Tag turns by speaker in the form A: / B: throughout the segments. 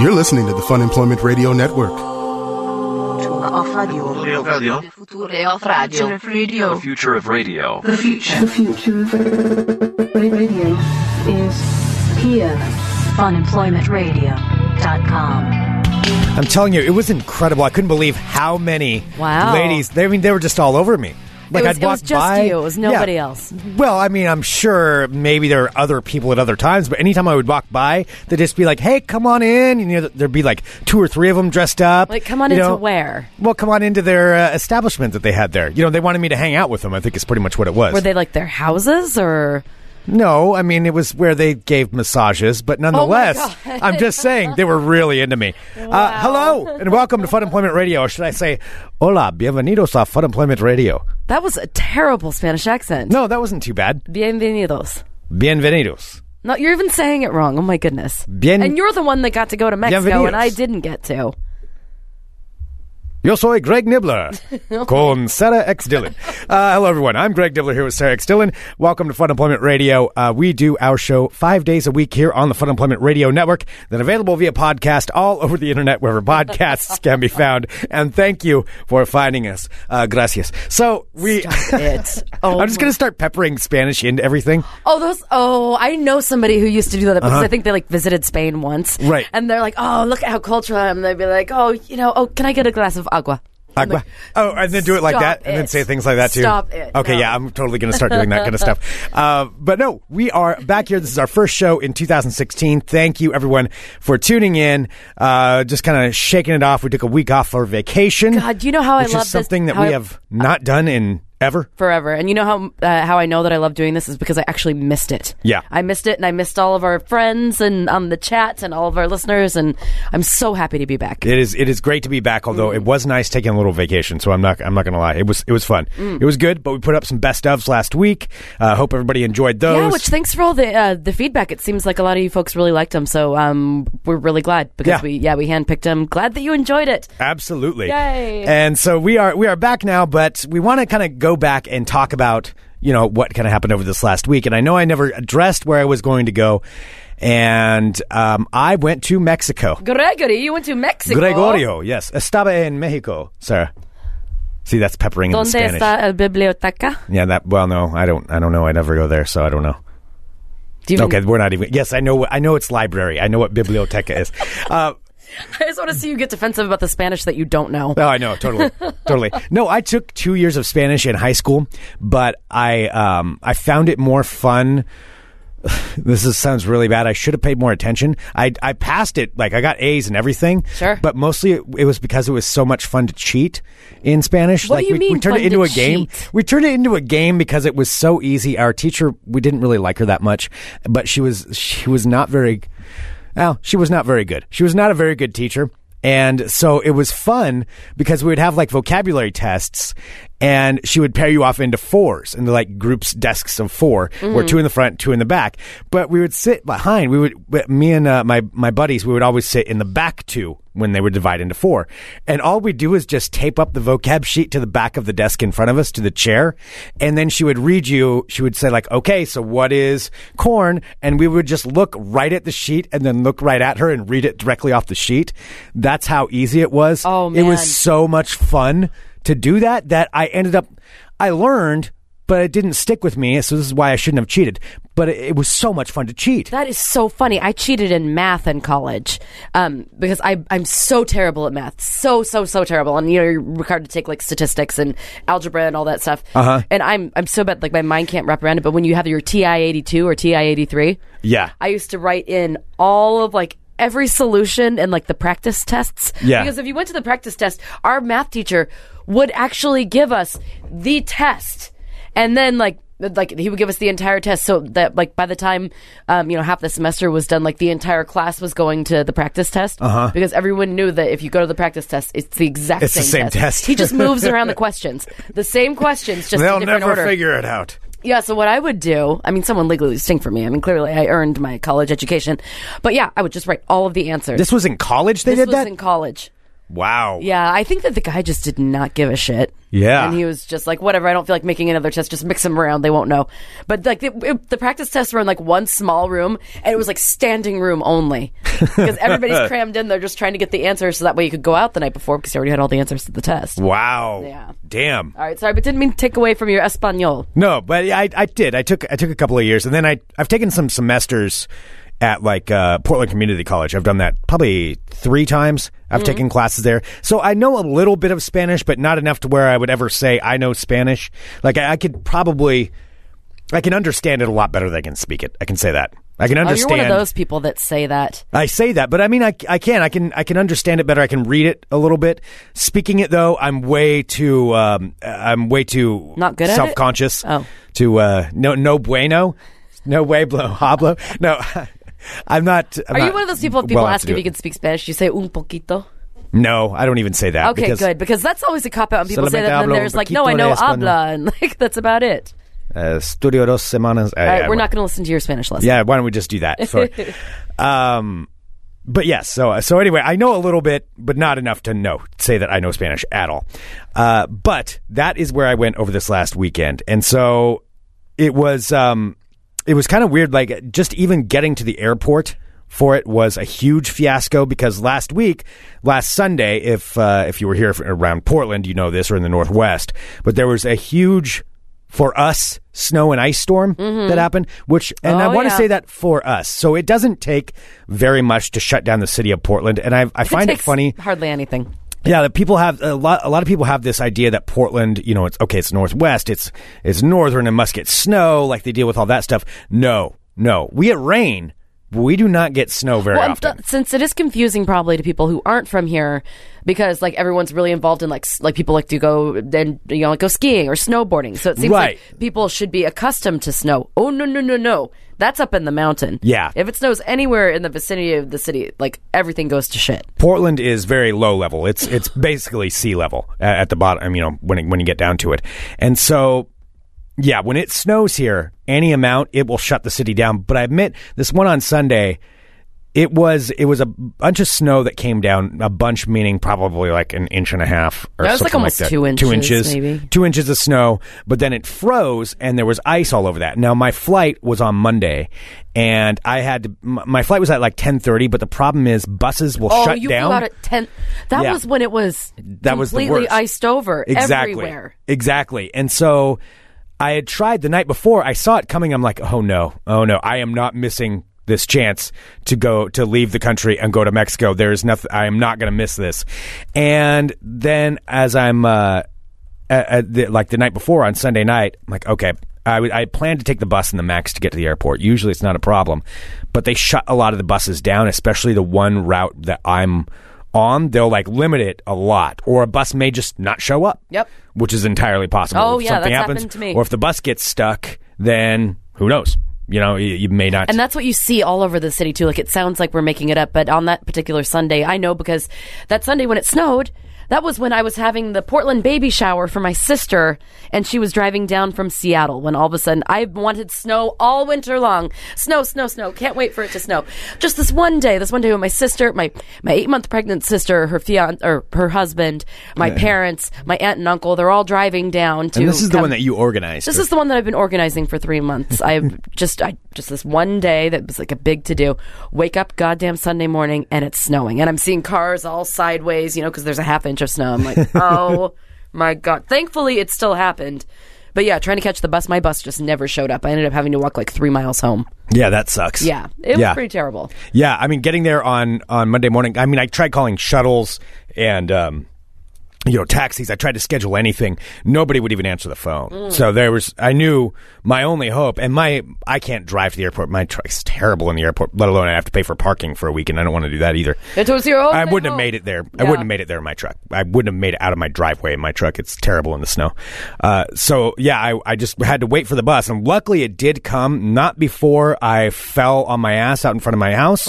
A: You're listening to the Fun Employment Radio Network.
B: Off radio.
C: Radio.
B: Future off radio.
C: The future of radio.
B: The future.
D: The future of radio is here.
E: FunEmploymentRadio.com.
F: I'm telling you, it was incredible. I couldn't believe how many
E: Wow.
F: ladies. They, I mean, they were just all over me. Like
E: it was, it
F: I'd
E: was
F: walk
E: just
F: by.
E: you. It was
F: Yeah.
E: nobody else.
F: Well, I mean, I'm sure maybe there are other people at other times, but anytime I would walk by, they'd just be like, "Hey, come on in." And, you know, there'd be like two or three of them dressed up.
E: Like, come on
F: you
E: into
F: know.
E: where?
F: Well, come on into their uh, establishment that they had there. You know, they wanted me to hang out with them. I think is pretty much what it was.
E: Were they like their houses or?
F: No, I mean it was where they gave massages, but nonetheless,
E: God.
F: I'm just saying they were really into me. Uh, hello and welcome to Fun Employment Radio, or should I say, "Hola, bienvenidos a Fun Employment Radio."
E: That was a terrible Spanish accent.
F: No, that wasn't too bad.
E: Bienvenidos.
F: Bienvenidos.
E: No, you're even saying it wrong. Oh my goodness.
F: Bien-
E: and you're the one that got to go to Mexico, and
F: Bienvenidos.
E: I didn't get to.
F: Yo soy Greg Nibbler con Sarah X. Dillon. Uh, hello, everyone. I'm Greg Nibbler here with Sarah X. Dillon. Welcome to Fun Employment Radio. Uh, we do our show five days a week here on the Fun Employment Radio Network, then available via podcast all over the internet wherever podcasts can be found. And thank you for finding us. Uh, gracias. So we.
E: Stop it. Oh
F: I'm just
E: my-
F: going to start peppering Spanish into everything.
E: Oh, those. Oh, I know somebody who used to do that because I think they like visited Spain once.
F: Uh-huh. Right.
E: And they're like, oh, look at how cultural I am. And they'd be like, oh, you know, oh, can I get a glass of agua? I'm
F: Agua.
E: like,
F: Oh, and then do it like
E: Stop
F: that, and then
E: it.
F: say things like that too.
E: Stop it.
F: Okay,
E: No.
F: yeah, I'm totally going to start doing that kind of stuff. Uh, but no, we are back here. This is our first show in 2016. Thank you, everyone, for tuning in. Uh, just kind of shaking it off. We took a week off for vacation.
E: God, you know how I
F: which
E: love
F: is
E: this-
F: something that
E: how
F: we
E: I-
F: have not done in ever.
E: forever. And you know how uh, how I know that I love doing this is because I actually missed it.
F: Yeah.
E: I missed it, and I missed all of our friends and on the chat and all of our listeners. And I'm so happy to be back.
F: It is. It is great to be back. Although
E: Mm.
F: it was nice taking a little vacation, so I'm not. I'm not going to lie. It was. It was fun.
E: Mm.
F: It was good. But we put up some best ofs last week. Uh, hope everybody enjoyed those.
E: yeah, which thanks for all the uh, the feedback. It seems like a lot of you folks really liked them, so um, we're really glad because
F: Yeah.
E: we yeah we handpicked them. Glad that you enjoyed it.
F: Absolutely.
E: Yay.
F: And so we are we are back now, but we want to kind of go back and talk about you know what kind of happened over this last week. And I know I never addressed where I was going to go, and um, I went to Mexico.
E: Gregory, you went to Mexico.
F: Gregorio, yes, estaba en Mexico, Sarah. See, that's peppering in the
E: ¿Dónde
F: Spanish.
E: está el biblioteca?
F: Yeah, that. Well, no, I don't. I don't know. I never go there, so I don't know.
E: Do you
F: Okay, we're not even. Yes, I know. I know it's library. I know what biblioteca is. Uh,
E: I just want to see you get defensive about the Spanish that you don't know.
F: Oh, I know, totally, totally. No, I took two years of Spanish in high school, but I um, I found it more fun. This is, sounds really bad. I should have paid more attention. I I passed it like I got A's and everything.
E: Sure.
F: but mostly it, it was because it was so much fun to cheat in Spanish.
E: What do
F: like
E: you
F: we, we
E: mean,
F: turned
E: fun
F: it into
E: to
F: a game.
E: cheat?
F: We turned it into a game because it was so easy. Our teacher, we didn't really like her that much, but she was she was not very well, she was not very good. She was not a very good teacher. And so it was fun because we would have like vocabulary tests and she would pair you off into fours into like groups, desks of 4
E: Mm-hmm.
F: where two in the front, two in the back. But we would sit behind. We would, but me and uh, my, my buddies, we would always sit in the back two when they would divide into four. And all we do is just tape up the vocab sheet to the back of the desk in front of us to the chair. And then she would read you, she would say like, okay, so what is corn? And we would just look right at the sheet and then look right at her and read it directly off the sheet. That's how easy it was.
E: Oh,
F: It
E: man.
F: was so much fun to do that that I ended up, I learned, but it didn't stick with me. So this is why I shouldn't have cheated. But it, it was so much fun to cheat.
E: That is so funny. I cheated in math in college um, because I, I'm so terrible at math, so so so terrible. And you know, you're required to take like statistics and algebra and all that stuff. Uh-huh. And I'm I'm so bad, like my mind can't wrap around it. But when you have your TI 82 or TI 83,
F: yeah.
E: I used to write in all of like every solution and like the practice tests.
F: Yeah.
E: Because if you went to the practice test, our math teacher would actually give us the test, and then like like he would give us the entire test so that like by the time um, you know half the semester was done like the entire class was going to the practice test uh-huh. because everyone knew that if you go to the practice test it's the exact
F: It's the
E: same,
F: same test.
E: he just moves around the questions the same questions just in different order
F: it out.
E: yeah, so what I would do, I mean, someone legally distinct for me. I mean, clearly I earned my college education. But yeah, I would just write all of the answers.
F: This was in college. They
E: This
F: did
E: was
F: that.
E: in college.
F: wow.
E: Yeah, I think that the guy just did not give a shit.
F: Yeah.
E: And he was just like, whatever, I don't feel like making another test. Just mix them around. They won't know. But like the, it- the practice tests were in like one small room and it was like standing room only because everybody's crammed in there just trying to get the answer. So that way you could go out the night before because you already had all the answers to the test.
F: Wow.
E: Yeah.
F: Damn.
E: All right. Sorry, but didn't mean to take away from your Espanol.
F: No, but I, I did. I took I took a couple of years, and then I I've taken some semesters at like uh, Portland Community College. I've done that probably three times.
E: Mm-hmm.
F: I've taken classes there, so I know a little bit of Spanish, but not enough to where I would ever say I know Spanish. Like I, I could probably, I can understand it a lot better than I can speak it. I can say that. I can
E: Oh, you're
F: understand.
E: one of those people that say that.
F: I say that, but I mean, I, I can, I can, I can understand it better. I can read it a little bit. Speaking it though, I'm way too, um, I'm way too
E: Not good at it?
F: self-conscious.
E: Oh.
F: to uh, no, no bueno, no pueblo, hablo. No, I'm not. I'm
E: Are you
F: not
E: one of those people? If people
F: well-apt
E: ask
F: to
E: if
F: do
E: you
F: it.
E: can speak Spanish, you say un poquito.
F: No, I don't even say that.
E: Okay,
F: because,
E: good, because that's always a cop out when people say
F: Solamente
E: that. And then
F: hablo un
E: there's like, no, I
F: poquito
E: know
F: de español.
E: habla, and like that's about it.
F: Uh, studio dos semanas. Uh,
E: All right,
F: yeah,
E: we're
F: well-
E: not going to listen to your Spanish lesson.
F: Yeah, why don't we just do that? Sorry. um, but yes, so so anyway, I know a little bit, but not enough to know say that I know Spanish at all. Uh, but that is where I went over this last weekend, and so it was um, it was kind of weird. Like just even getting to the airport for it was a huge fiasco because last week, last Sunday, if uh, if you were here for, around Portland, you know this, or in the Northwest, but there was a huge for us snow and ice storm that happened which and i
E: Mm-hmm. Oh,
F: want to
E: yeah.
F: say that for us so it doesn't take very much to shut down the city of portland and i, I find it
E: takes
F: funny
E: Hardly anything.
F: yeah, that people have a lot. A lot of people have this idea that Portland, you know, it's okay, it's northwest, it's it's northern, and must get snow. Like they deal with all that stuff. No, no, we get rain, but we do not get snow very
E: Well, and
F: often.
E: th- since it is confusing probably to people who aren't from here, because like everyone's really involved in like s- like people like to go and you know like go skiing or snowboarding. So it seems
F: Right.
E: like people should be accustomed to snow. Oh no no no no, that's up in the mountain.
F: Yeah.
E: if it snows anywhere in the vicinity of the city, like everything goes to shit.
F: Portland is very low level. It's it's basically sea level a- at the bottom. You know, when it, when you get down to it, and so yeah, when it snows here, any amount, it will shut the city down. But I admit this one on Sunday. It was it was a bunch of snow that came down a bunch, meaning probably like an inch and a half or
E: That was, like,
F: something
E: almost
F: that.
E: two inches,
F: two inches,
E: maybe.
F: two inches of snow. But then it froze, and there was ice all over that. Now my flight was on Monday, and I had to, m- my flight was at like ten thirty. But the problem is buses will
E: Oh,
F: shut
E: you
F: down.
E: flew out at ten. That
F: Yeah.
E: was when it was
F: That was the
E: completely
F: worst.
E: iced over
F: exactly.
E: everywhere.
F: Exactly. And so I had tried the night before. I saw it coming. I'm like, oh no, oh no, I am not missing this chance to go to leave the country and go to Mexico. There is nothing. I am not going to miss this. And then as I'm uh, at, at the, like the night before on Sunday night, I'm like, okay. I, w- I planned to take the bus and the max to get to the airport. Usually it's not a problem, but they shut a lot of the buses down, especially the one route that I'm on. They'll like limit it a lot, or a bus may just not show up.
E: Yep.
F: Which is entirely possible.
E: Oh,
F: if
E: yeah,
F: something
E: that's
F: happens,
E: happened to me.
F: Or if the bus gets stuck, then who knows? You know, you, you may not.
E: And that's what you see all over the city too. Like it sounds like we're making it up, but on that particular Sunday, I know because that Sunday when it snowed, that was when I was having the Portland baby shower for my sister, and she was driving down from Seattle. When all of a sudden, I wanted snow all winter long. Snow, snow, snow. Can't wait for it to snow. Just this one day, this one day when my sister, my my eight month pregnant sister, her fian or her husband, my parents, my aunt and uncle, they're all driving down to.
F: And this is the
E: come-
F: one that you organized.
E: this is the one that I've been organizing for three months. I've just, I just this one day that was like a big to do. Wake up, goddamn Sunday morning, and it's snowing, and I'm seeing cars all sideways, you know, because there's a half inch of snow. I'm like, oh my god! Thankfully, it still happened. But yeah, trying to catch the bus, my bus just never showed up. I ended up having to walk like three miles home.
F: yeah, that sucks.
E: Yeah, it was
F: Yeah.
E: pretty terrible.
F: Yeah, I mean, getting there on on Monday morning. I mean, I tried calling shuttles and um, you know taxis. I tried to schedule anything. Nobody would even answer the phone. So there was. I knew my only hope, and my I can't drive to the airport. My truck's terrible in the airport. Let alone I have to pay for parking for a week, and I don't want to do that either.
E: It was your own
F: I wouldn't have
E: fault.
F: made it there.
E: Yeah.
F: I wouldn't have made it there in my truck. I wouldn't have made it out of my driveway in my truck. It's terrible in the snow. Uh, so yeah, I, I just had to wait for the bus, and luckily it did come. Not before I fell on my ass out in front of my house,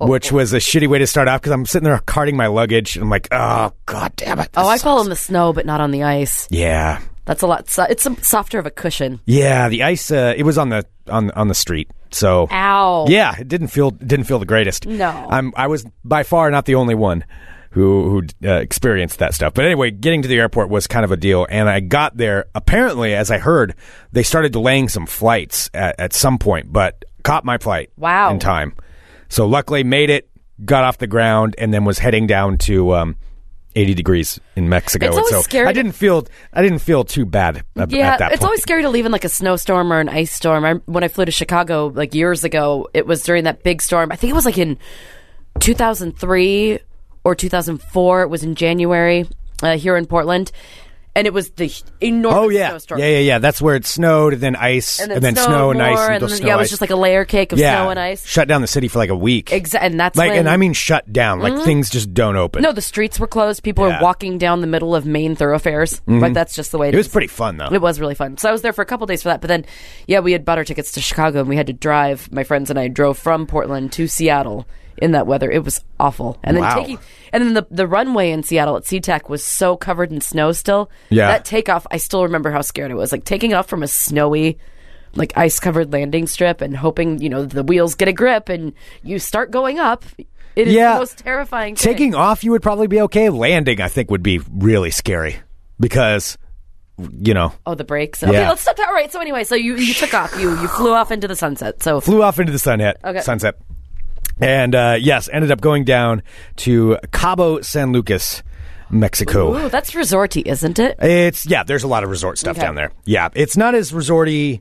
F: which was a shitty way to start off because I'm sitting there carting my luggage. And I'm like, oh god damn it.
E: Oh, I
F: This-
E: fall in the snow, but not on the ice.
F: yeah,
E: That's a lot. So- it's a softer of a cushion.
F: yeah. The ice. Uh, it was on the on on the street. So
E: Ow.
F: Yeah, it didn't feel didn't feel the greatest.
E: No.
F: I'm I was by far not the only one. who who uh, experienced that stuff. But anyway, getting to the airport was kind of a deal, and I got there. Apparently, as I heard, they started delaying some flights at, at some point, but caught my flight.
E: Wow.
F: In time, so luckily made it, got off the ground, and then was heading down to. Um, 80 degrees in Mexico.
E: It's
F: and
E: always
F: so
E: scary
F: I
E: to-
F: didn't feel I didn't feel too bad ab-
E: Yeah,
F: at that
E: it's
F: point.
E: always scary to leave in like a snowstorm or an ice storm. I, when I flew to Chicago like years ago, it was during that big storm. I think it was like in 2003 or 2004. It was in January uh, here in Portland, and it was the h- enormous
F: Oh yeah,
E: snowstorm.
F: yeah, yeah, yeah. That's where it snowed, and then ice, and then, snow and
E: more,
F: ice,
E: and
F: and,
E: then-
F: snow
E: yeah, it
F: ice.
E: was just like a layer cake of snow and ice.
F: Shut down the city for like a week.
E: Exa- and that's
F: like,
E: when- Mm-hmm.
F: and I mean shut down. Like things just don't open.
E: no, the streets were closed. People
F: Yeah. Mm-hmm.
E: were walking down the middle of main thoroughfares. But that's just the way
F: it was pretty fun though.
E: It was really fun. So I was there for a couple days for that. But then, yeah, we had bought our tickets to Chicago and we had to drive. My friends and I drove from Portland to Seattle in that weather. It was awful. And then
F: Wow.
E: taking, and then the the runway in Seattle at SeaTac was so covered in snow still.
F: Yeah.
E: That takeoff, I still remember how scared I was. Like taking off from a snowy, like ice covered landing strip and hoping you know the wheels get a grip and you start going up. It is
F: Yeah.
E: the most terrifying. thing.
F: Taking off, you would probably be okay. Landing, I think, would be really scary because you know
E: Oh, the brakes. Okay,
F: Yeah.
E: let's stop. All right. So anyway, so you, you took off. You you flew off into the sunset. So
F: flew off into the sunset.
E: Okay.
F: Sunset. And uh, yes, ended up going down to Cabo San Lucas, Mexico.
E: Ooh, that's resorty, isn't it?
F: It's yeah. There's a lot of resort stuff
E: Okay.
F: down there. Yeah, it's not as resorty.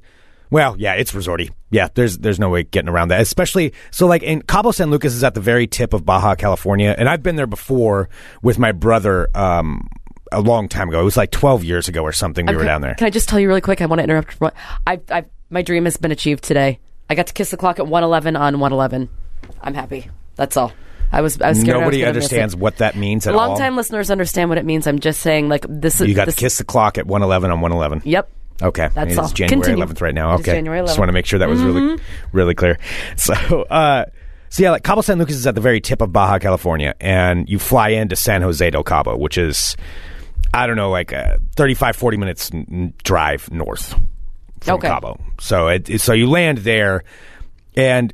F: Well, yeah, it's resorty. Yeah, there's there's no way getting around that. Especially so, like in Cabo San Lucas is at the very tip of Baja California, and I've been there before with my brother um, a long time ago. It was like 12 years ago or something. We were down there.
E: Can I just tell you really quick? I want to interrupt. for one- I, I, my dream has been achieved today. I got to kiss the clock at 111 on 111. I'm happy. That's all. I was. I was scared. I was
F: Nobody
E: gonna miss it.
F: understands what that means at all.
E: Long time listeners understand what it means. I'm just saying, like this. is
F: you got
E: this,
F: to kiss the clock at 111 on 111.
E: Yep.
F: Okay,
E: That's all.
F: it's January
E: Continue.
F: 11th right now.
E: It is
F: Okay,
E: January Mm-hmm.
F: just want to
E: 11th.
F: make sure that was really, really clear. So, uh, so yeah, like Cabo San Lucas is at the very tip of Baja California, and you fly into San Jose del Cabo, which is, I don't know, like a 35, 40 minutes n- n- drive north from
E: Okay.
F: Cabo. So, it, it- so you land there, and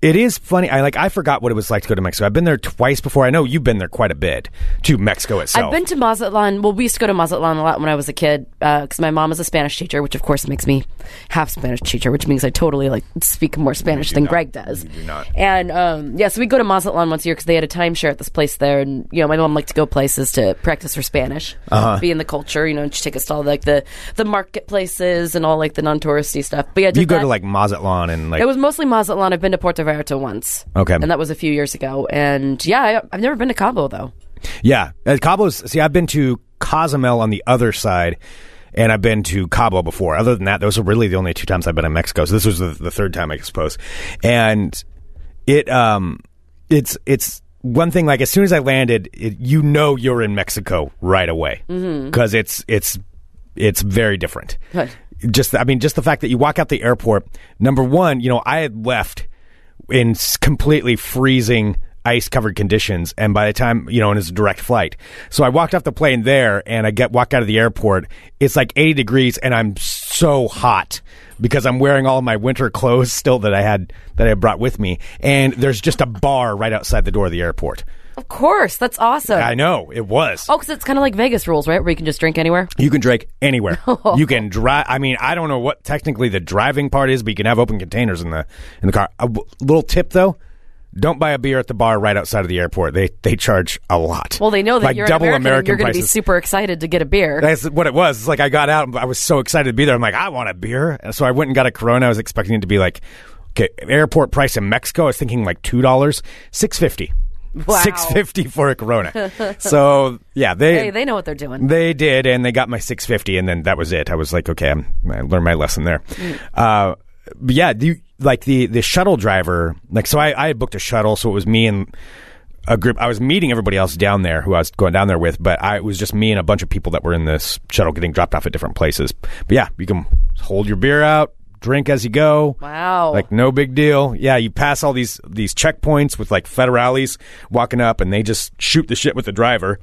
F: it is funny. I like I forgot what it was like to go to Mexico. I've been there twice before. I know you've been there quite a bit to Mexico itself.
E: I've been to Mazatlan. Well, we used to go to Mazatlan a lot when I was a kid because my mom is a Spanish teacher, which of course makes me half Spanish teacher, which means I totally like speak more Spanish than Greg does.
F: You do not.
E: And um, yeah, so we go to Mazatlan once a year because they had a timeshare at this place there, and you know my mom liked to go places to practice her Spanish,
F: Uh-huh.
E: be in the culture, you know, and she take us to all like the the marketplaces and all like the non touristy stuff. But yeah, I did
F: you go
E: that.
F: to like Mazatlan and like
E: It was mostly Mazatlan. I've been to Puerto Vallarta once.
F: Okay.
E: And that was a few years ago. And yeah, I, I've never been to Cabo, though.
F: Yeah, uh, Cabo's. See, I've been to Cozumel on the other side, and I've been to Cabo before. Other than that, those are really the only two times I've been in Mexico. So this was the, the third time, I suppose. And it, um, it's it's one thing. Like as soon as I landed, it, you know you're in Mexico right away because it's it's it's very different.
E: Right.
F: Just I mean, just the fact that you walk out the airport. Number one, you know, I had left in s- completely freezing ice covered conditions and by the time you know and it's a direct flight so i walked off the plane there and i get walk out of the airport it's like 80 degrees and i'm so hot because i'm wearing all my winter clothes still that i had that i had brought with me and there's just a bar right outside the door of the airport
E: Of course. That's awesome.
F: i know it was
E: Oh, because it's kind of like Vegas rules, right? Where you can just drink anywhere.
F: you can drink anywhere. you can drive. I mean, I don't know what technically the driving part is, but you can have open containers in the in the car. A w- little tip though: don't buy a beer at the bar right outside of the airport. They they charge a lot.
E: Well, they know that
F: like
E: you're
F: double
E: an American. and you're going to be
F: prices.
E: super excited to get a beer.
F: That's what it was. It's like I got out. I was so excited to be there. I'm like, I want a beer. And so I went and got a Corona. I was expecting it to be like, okay, airport price in Mexico. I was thinking like two dollars, six fifty.
E: Wow.
F: Six fifty for a Corona. so yeah, they
E: Hey, they know what they're doing.
F: they did, and they got my 650, and then that was it. I was like, okay, I'm, I learned my lesson there. Uh, but yeah, do you, like the the shuttle driver, like so, I, I had booked a shuttle, so it was me and a group. I was meeting everybody else down there who I was going down there with, but I, it was just me and a bunch of people that were in this shuttle getting dropped off at different places. But yeah, you can hold your beer out, drink as you go.
E: Wow.
F: Like no big deal. Yeah, you pass all these these checkpoints with like federales walking up, and they just shoot the shit with the driver.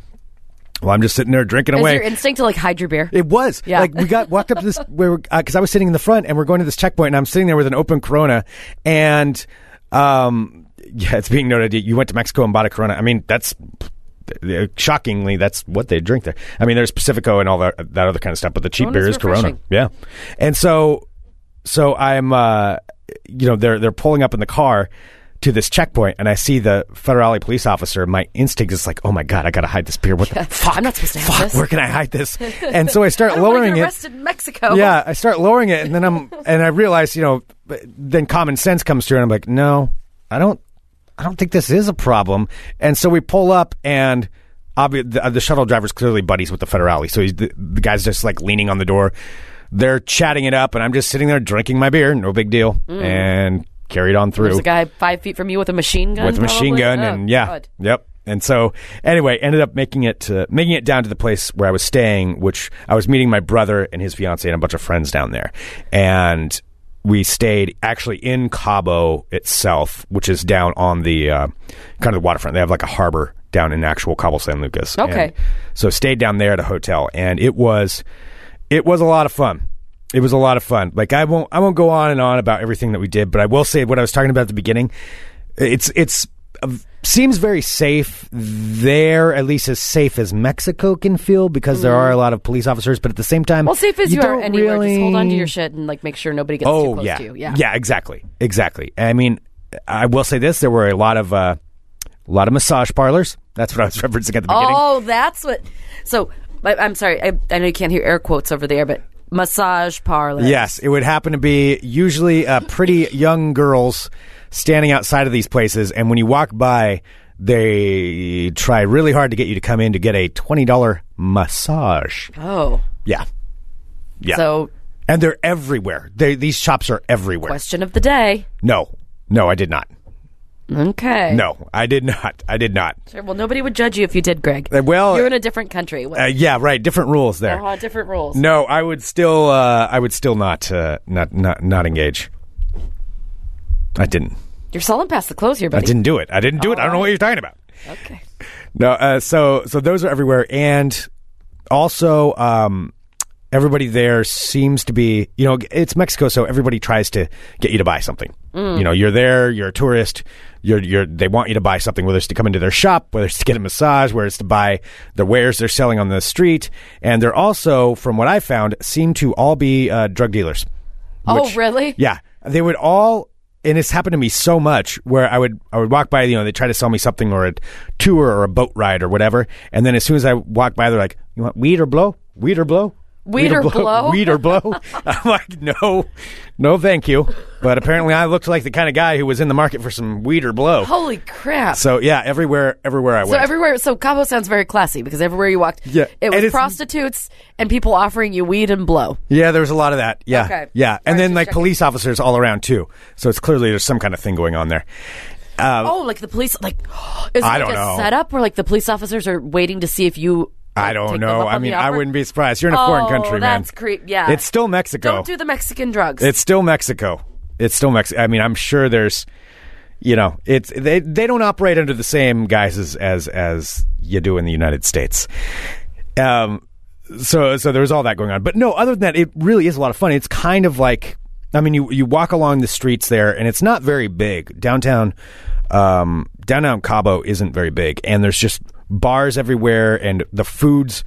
F: Well, I'm just sitting there drinking
E: Is
F: away.
E: your instinct to like hide your beer?
F: It was.
E: Yeah.
F: Like we got walked up to this where because I was sitting in the front and we're going to this checkpoint and I'm sitting there with an open Corona and um yeah it's being noted you went to Mexico and bought a Corona. I mean that's uh, shockingly, that's what they drink there. I mean, there's Pacifico and all that, that other kind of stuff, but the cheap
E: Corona's
F: beer is Corona.
E: refreshing.
F: Yeah, and so so I'm uh, you know they're they're pulling up in the car to this checkpoint, and I see the Federale police officer. My instinct is like, oh my god, I gotta hide this beer. What the fuck?
E: I'm not supposed to have
F: fuck,
E: this.
F: Where can I hide this? And so I start
E: I don't wanna
F: lowering
E: get
F: it.
E: arrested Oh. in Mexico.
F: Yeah, I start lowering it, and then I'm and I realize, you know, but then common sense comes through, and I'm like, no, I don't, I don't think this is a problem. And so we pull up, and obvi- the, the shuttle driver's clearly buddies with the federale, so he's the, the guy's just like leaning on the door. They're chatting it up, and I'm just sitting there drinking my beer, no big deal, and carried on through
E: Mm. There's a guy five feet from you with a machine gun.
F: with a machine
E: probably?
F: gun
E: Oh,
F: and yeah
E: God.
F: yep and so anyway ended up making it uh, making it down to the place where i was staying which i was meeting my brother and his fiance and a bunch of friends down there and we stayed actually in cabo itself which is down on the uh, kind of the waterfront they have like a harbor down in actual cabo san lucas
E: Okay.
F: And so stayed down there at a hotel and it was it was a lot of fun it was a lot of fun like i won't i won't go on and on about everything that we did but i will say what i was talking about at the beginning it's it's uh, seems very safe there at least as safe as mexico can feel because there are a lot of police officers but at the same
E: Mm.
F: time
E: Well, safe as you, are
F: don't
E: anywhere, just hold on to
F: really-
E: your shit and like make sure nobody gets too
F: oh
E: close
F: yeah
E: to you. Yeah.
F: exactly exactly i mean i will say this there were a lot of uh, a lot of massage parlors that's what i was referencing at the beginning
E: Oh, that's what. So I, I'm sorry. I, I know you can't hear air quotes over there, but massage parlor.
F: Yes, it would happen to be usually uh, pretty young girls standing outside of these places, and when you walk by, they try really hard to get you to come in to get a twenty dollar massage.
E: Oh,
F: Yeah, yeah.
E: so
F: and they're everywhere. They, these shops are everywhere.
E: question of the day.
F: No, no, I did not.
E: Okay.
F: No, I did not. I did not.
E: Sure, Well, nobody would judge you if you did, Greg.
F: Uh, well-
E: you're in a different country.
F: Uh, yeah, right. Different rules there.
E: uh, different rules.
F: No, I would still. Uh, I would still not. Uh, not. Not. Not engage. I didn't.
E: You're selling past the clothes here,
F: I
E: buddy.
F: didn't do it. I didn't do it. I don't know what you're talking about.
E: Okay.
F: No, uh, so so those are everywhere, and also um, everybody there seems to be you know it's Mexico, so everybody tries to get you to buy something. You know, you're there, you're a tourist, you're you're they want you to buy something, whether it's to come into their shop, whether it's to get a massage, whether it's to buy the wares they're selling on the street, and they're also, from what I found, seem to all be uh, drug dealers.
E: Oh,
F: which-
E: really?
F: yeah, they would all, and it's happened to me so much where I would I would walk by, you know, they try to sell me something or a tour or a boat ride or whatever, and then as soon as I walk by, they're like, "You want weed or blow? Weed or blow?
E: Weed or blow?"
F: Weed or blow?" I'm like, "No, no, thank you." But apparently, I looked like the kind of guy who was in the market for some weed or blow.
E: Holy crap.
F: So yeah, everywhere, everywhere I
E: So
F: went.
E: everywhere, so Cabo sounds very classy because everywhere you walked,
F: Yeah,
E: it
F: and
E: was
F: it's-
E: prostitutes and people offering you weed and blow.
F: Yeah, there was a lot of that. Yeah,
E: Okay.
F: yeah,
E: All right,
F: and then
E: just
F: like
E: checking.
F: police officers all around too. So it's clearly there's some kind of thing going on there.
E: oh, like the police, like is it
F: I
E: like
F: don't
E: a
F: know.
E: setup where like the police officers are waiting to see if you. like,
F: I don't
E: take them
F: know.
E: up
F: I
E: on the
F: mean, I
E: offer?
F: wouldn't be surprised. You're in a foreign
E: Oh,
F: country, man.
E: that's creep- yeah.
F: It's still Mexico.
E: Don't do the Mexican drugs.
F: it's still Mexico. It's still Mexico. I mean, I'm sure there's, you know, it's they they don't operate under the same guises as as you do in the United States. Um, so so there was all that going on, but no, other than that, it really is a lot of fun. It's kind of like, I mean, you you walk along the streets there, and it's not very big downtown. Um, downtown Cabo isn't very big, and there's just bars everywhere, and the foods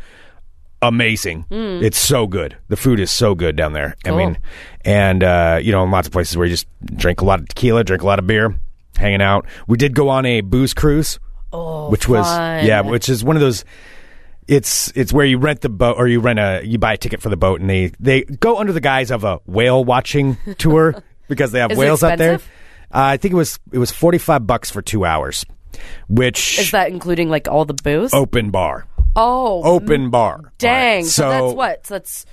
F: amazing. It's so good. The food is so good down there. I mean, and uh, you know, lots of places where you just drink a lot of tequila, drink a lot of beer, hanging out. We did go on a booze cruise, oh, which was
E: fun.
F: yeah, which is one of those. It's it's where you rent the boat or you rent a you buy a ticket for the boat and they they go under the guise of a whale watching tour because they have
E: Is it
F: whales out there.
E: expensive?
F: Uh, I think it was it was forty five bucks for two hours, which
E: Is that including like all the booze?
F: open bar,
E: Oh,
F: open bar.
E: dang! So,
F: So,
E: that's what. So that's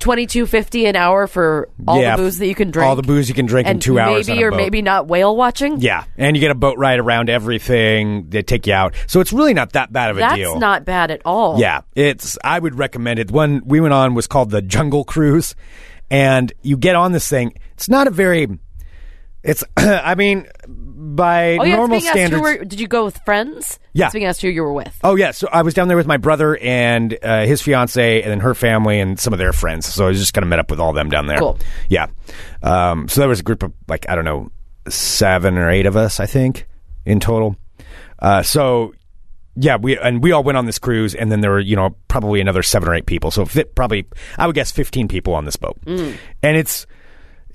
E: twenty two fifty an hour for all
F: Yeah,
E: the booze that you can drink.
F: all the booze you can drink in
E: and
F: two hours
E: maybe
F: on a
E: or
F: boat.
E: maybe not whale watching.
F: Yeah, and you get a boat ride around everything. They take you out, so it's really not that bad of a
E: that's
F: deal.
E: not bad at all.
F: Yeah, it's. I would recommend it. One we went on was called the Jungle Cruise, and you get on this thing. It's not a very. It's. I mean, by
E: Oh, yeah,
F: normal
E: it's being asked
F: standards.
E: Who were, did you go with friends?
F: Yeah.
E: It's being asked who you were with.
F: Oh yeah, so I was down there with my brother and uh, his fiance, and then her family and some of their friends. So I was just kind of met up with all them down there.
E: Cool.
F: Yeah. Um, so there was a group of like I don't know seven or eight of us, I think, in total. Uh, so yeah, we and we all went on this cruise, and then there were you know probably another seven or eight people. So fit, probably I would guess fifteen people on this boat, and it's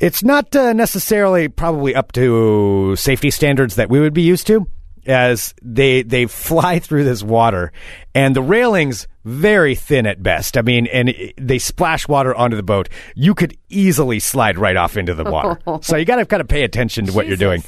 F: it's not uh, necessarily probably up to safety standards that we would be used to. As they they fly through this water, and the railings very thin at best. I mean, and it- they splash water onto the boat. You could easily slide right off into the water. so you got to kind of pay attention to what you're doing.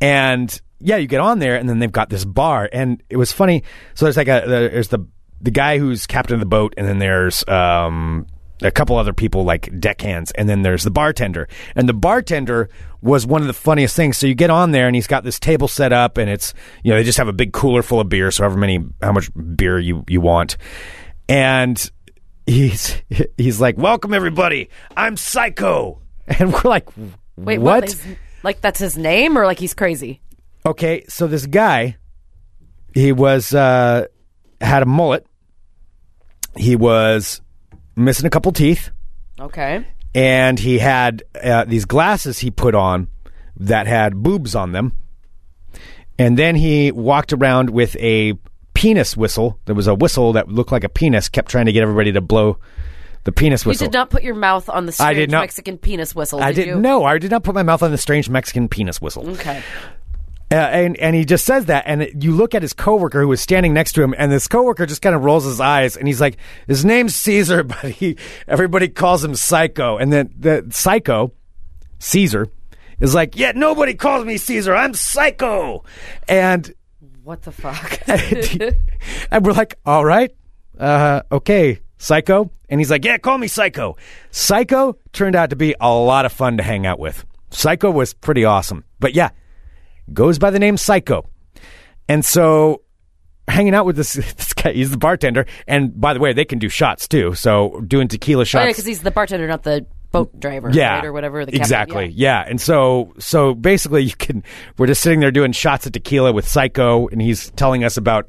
F: And yeah, you get on there, and then they've got this bar, and it was funny. So there's like a there's the the guy who's captain of the boat, and then there's um a couple other people like deckhands, and then there's the bartender. And the bartender was one of the funniest things. So you get on there, and he's got this table set up, and it's you know they just have a big cooler full of beer, so however many how much beer you you want, and he's he's like, "Welcome everybody, I'm Psycho," and we're like,
E: Wait,
F: what?"
E: is- like that's his name, or like he's crazy?
F: Okay, so this guy, he was uh, had a mullet. He was missing a couple teeth,
E: Okay.
F: and he had uh, these glasses he put on that had boobs on them. And then he walked around with a penis whistle. There was a whistle that looked like a penis. Kept trying to get everybody to blow the penis
E: You
F: whistle.
E: did not put your mouth on the strange
F: did not-
E: Mexican penis whistle.
F: I
E: did
F: didn't
E: you?
F: know. I did not put my mouth on the strange Mexican penis whistle.
E: Okay.
F: Uh, and and he just says that, and you look at his coworker who was standing next to him, and this coworker just kind of rolls his eyes, and he's like, "His name's Caesar, but he everybody calls him Psycho." And then the Psycho, Caesar, is like, "Yeah, nobody calls me Caesar. I'm Psycho," and
E: What the fuck? Oh,
F: and we're like, all right, uh, okay, Psycho. And he's like, yeah, call me Psycho. Psycho turned out to be a lot of fun to hang out with. Psycho was pretty awesome. But yeah, goes by the name Psycho. And so hanging out with this, this guy, he's the bartender. And by the way, they can do shots too. So doing tequila
E: Oh, yeah,
F: shots.
E: because he's the bartender, not the boat driver,
F: Yeah,
E: right? or whatever. The captain,
F: exactly.
E: yeah.
F: Yeah. and so so basically, you can we're just sitting there doing shots of tequila with Psycho, and he's telling us about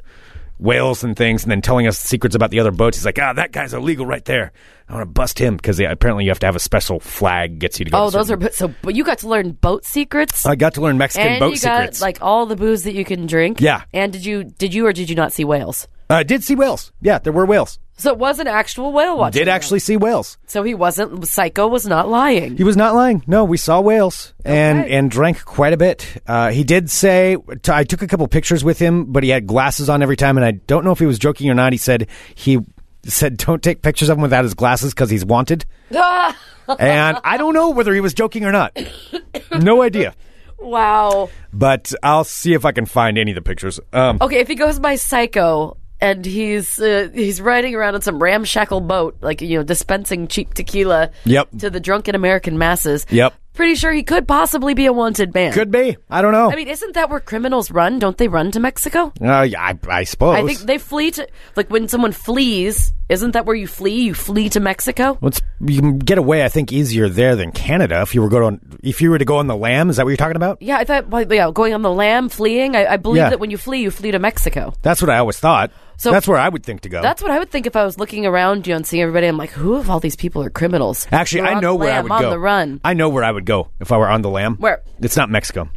F: whales and things, and then telling us secrets about the other boats. He's like, ah, that guy's illegal right there. I want to bust him because yeah, apparently you have to have a special flag gets you to go.
E: Oh,
F: to
E: those are
F: certain-
E: but so. But you got to learn boat secrets,
F: I got to learn Mexican
E: and
F: boat
E: you
F: secrets.
E: got like all the booze that you can drink.
F: Yeah.
E: And did you did you or did you not see whales?
F: I did see whales. Yeah, there were whales.
E: So it was an actual whale watching.
F: Did
E: them.
F: actually see whales.
E: So he wasn't. Psycho was not lying.
F: He was not lying. No, we saw whales and
E: Okay.
F: and drank quite a bit. Uh, he did say t- I took a couple pictures with him, but he had glasses on every time, and I don't know if he was joking or not. He said he said don't take pictures of him without his glasses because he's wanted,
E: Ah,
F: and I don't know whether he was joking or not. No idea.
E: wow.
F: But I'll see if I can find any of the pictures. Um,
E: Okay, if he goes by Psycho and he's uh, he's riding around in some ramshackle boat, like you know, dispensing cheap tequila
F: Yep.
E: to the drunken American masses.
F: Yep.
E: Pretty sure he could possibly be a wanted man.
F: Could be. I don't know.
E: I mean, isn't that where criminals run? Don't they run to Mexico?
F: Uh, yeah, I, I suppose.
E: I think they flee to like when someone flees. Isn't that where you flee? You flee to Mexico.
F: Well, it's- you can get away, I think, easier there than Canada if you were go on if you were to go on the lamb. Is that what you're talking about?
E: Yeah, I thought. Well, yeah, going on the lamb, fleeing. I, I believe
F: Yeah.
E: that when you flee, you flee to Mexico.
F: That's what I always thought.
E: So-
F: that's where I would think to go.
E: That's what I would think if I was looking around, you know, and seeing everybody. I'm like, who of all these people are criminals?
F: Actually,
E: We're
F: I
E: on
F: know
E: the
F: where I
E: lam,
F: would
E: on
F: go.
E: the run.
F: I know where I would go if I were on the lamb.
E: Where?
F: It's not Mexico.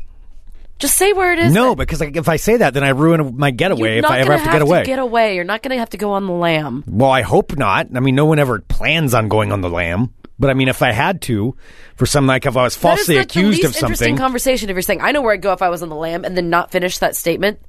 E: Just say where it is.
F: No,
E: then.
F: because like, if I say that, then I ruin my getaway
E: You're
F: if
E: not
F: I ever
E: gonna
F: have to get away.
E: Get away. You're not going to have to go on the lamb.
F: well, I hope not. I mean, no one ever plans on going on the lamb. But I mean, if I had to, for some like if I was falsely
E: that is like
F: accused
E: the
F: of
E: least interesting
F: something.
E: conversation. If you're saying, I know where I'd go if I was on the lamb, and then not finish that statement.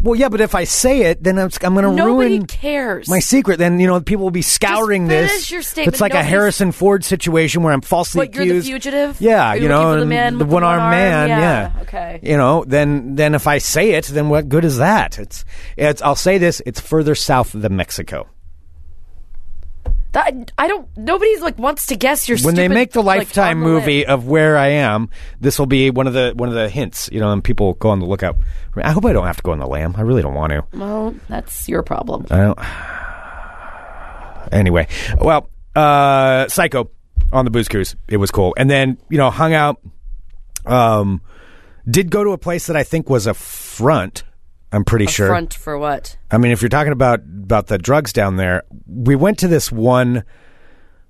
F: well, yeah, but if I say it, then I'm, I'm going to
E: Nobody
F: ruin
E: cares.
F: my secret. Then you know people will be scouring this.
E: finish your statement.
F: It's like
E: Nobody's-
F: a Harrison Ford situation where I'm falsely
E: What, you're
F: accused.
E: the fugitive?
F: Yeah,
E: Are you
F: you
E: looking
F: know,
E: for the
F: and
E: man with the
F: one armed
E: one arm?
F: man.
E: Yeah,
F: Yeah.
E: okay.
F: You know, then then if I say it, then what good is that? It's it's. I'll say this. It's further south than Mexico.
E: That, I don't. Nobody's like wants to guess your.
F: when they
E: stupid,
F: make the
E: like,
F: lifetime
E: on the lamb.
F: movie of where I am, this will be one of the one of the hints. You know, and people go on the lookout. I, mean, I hope I don't have to go on the lamb. I really don't want to.
E: Well, that's your problem.
F: I don't. Anyway, well, uh, Psycho on the booze cruise. It was cool, and then you know hung out. Um, did go to a place that I think was a front. I'm pretty sure.
E: Front for what?
F: I mean, if you're talking about about the drugs down there, we went to this one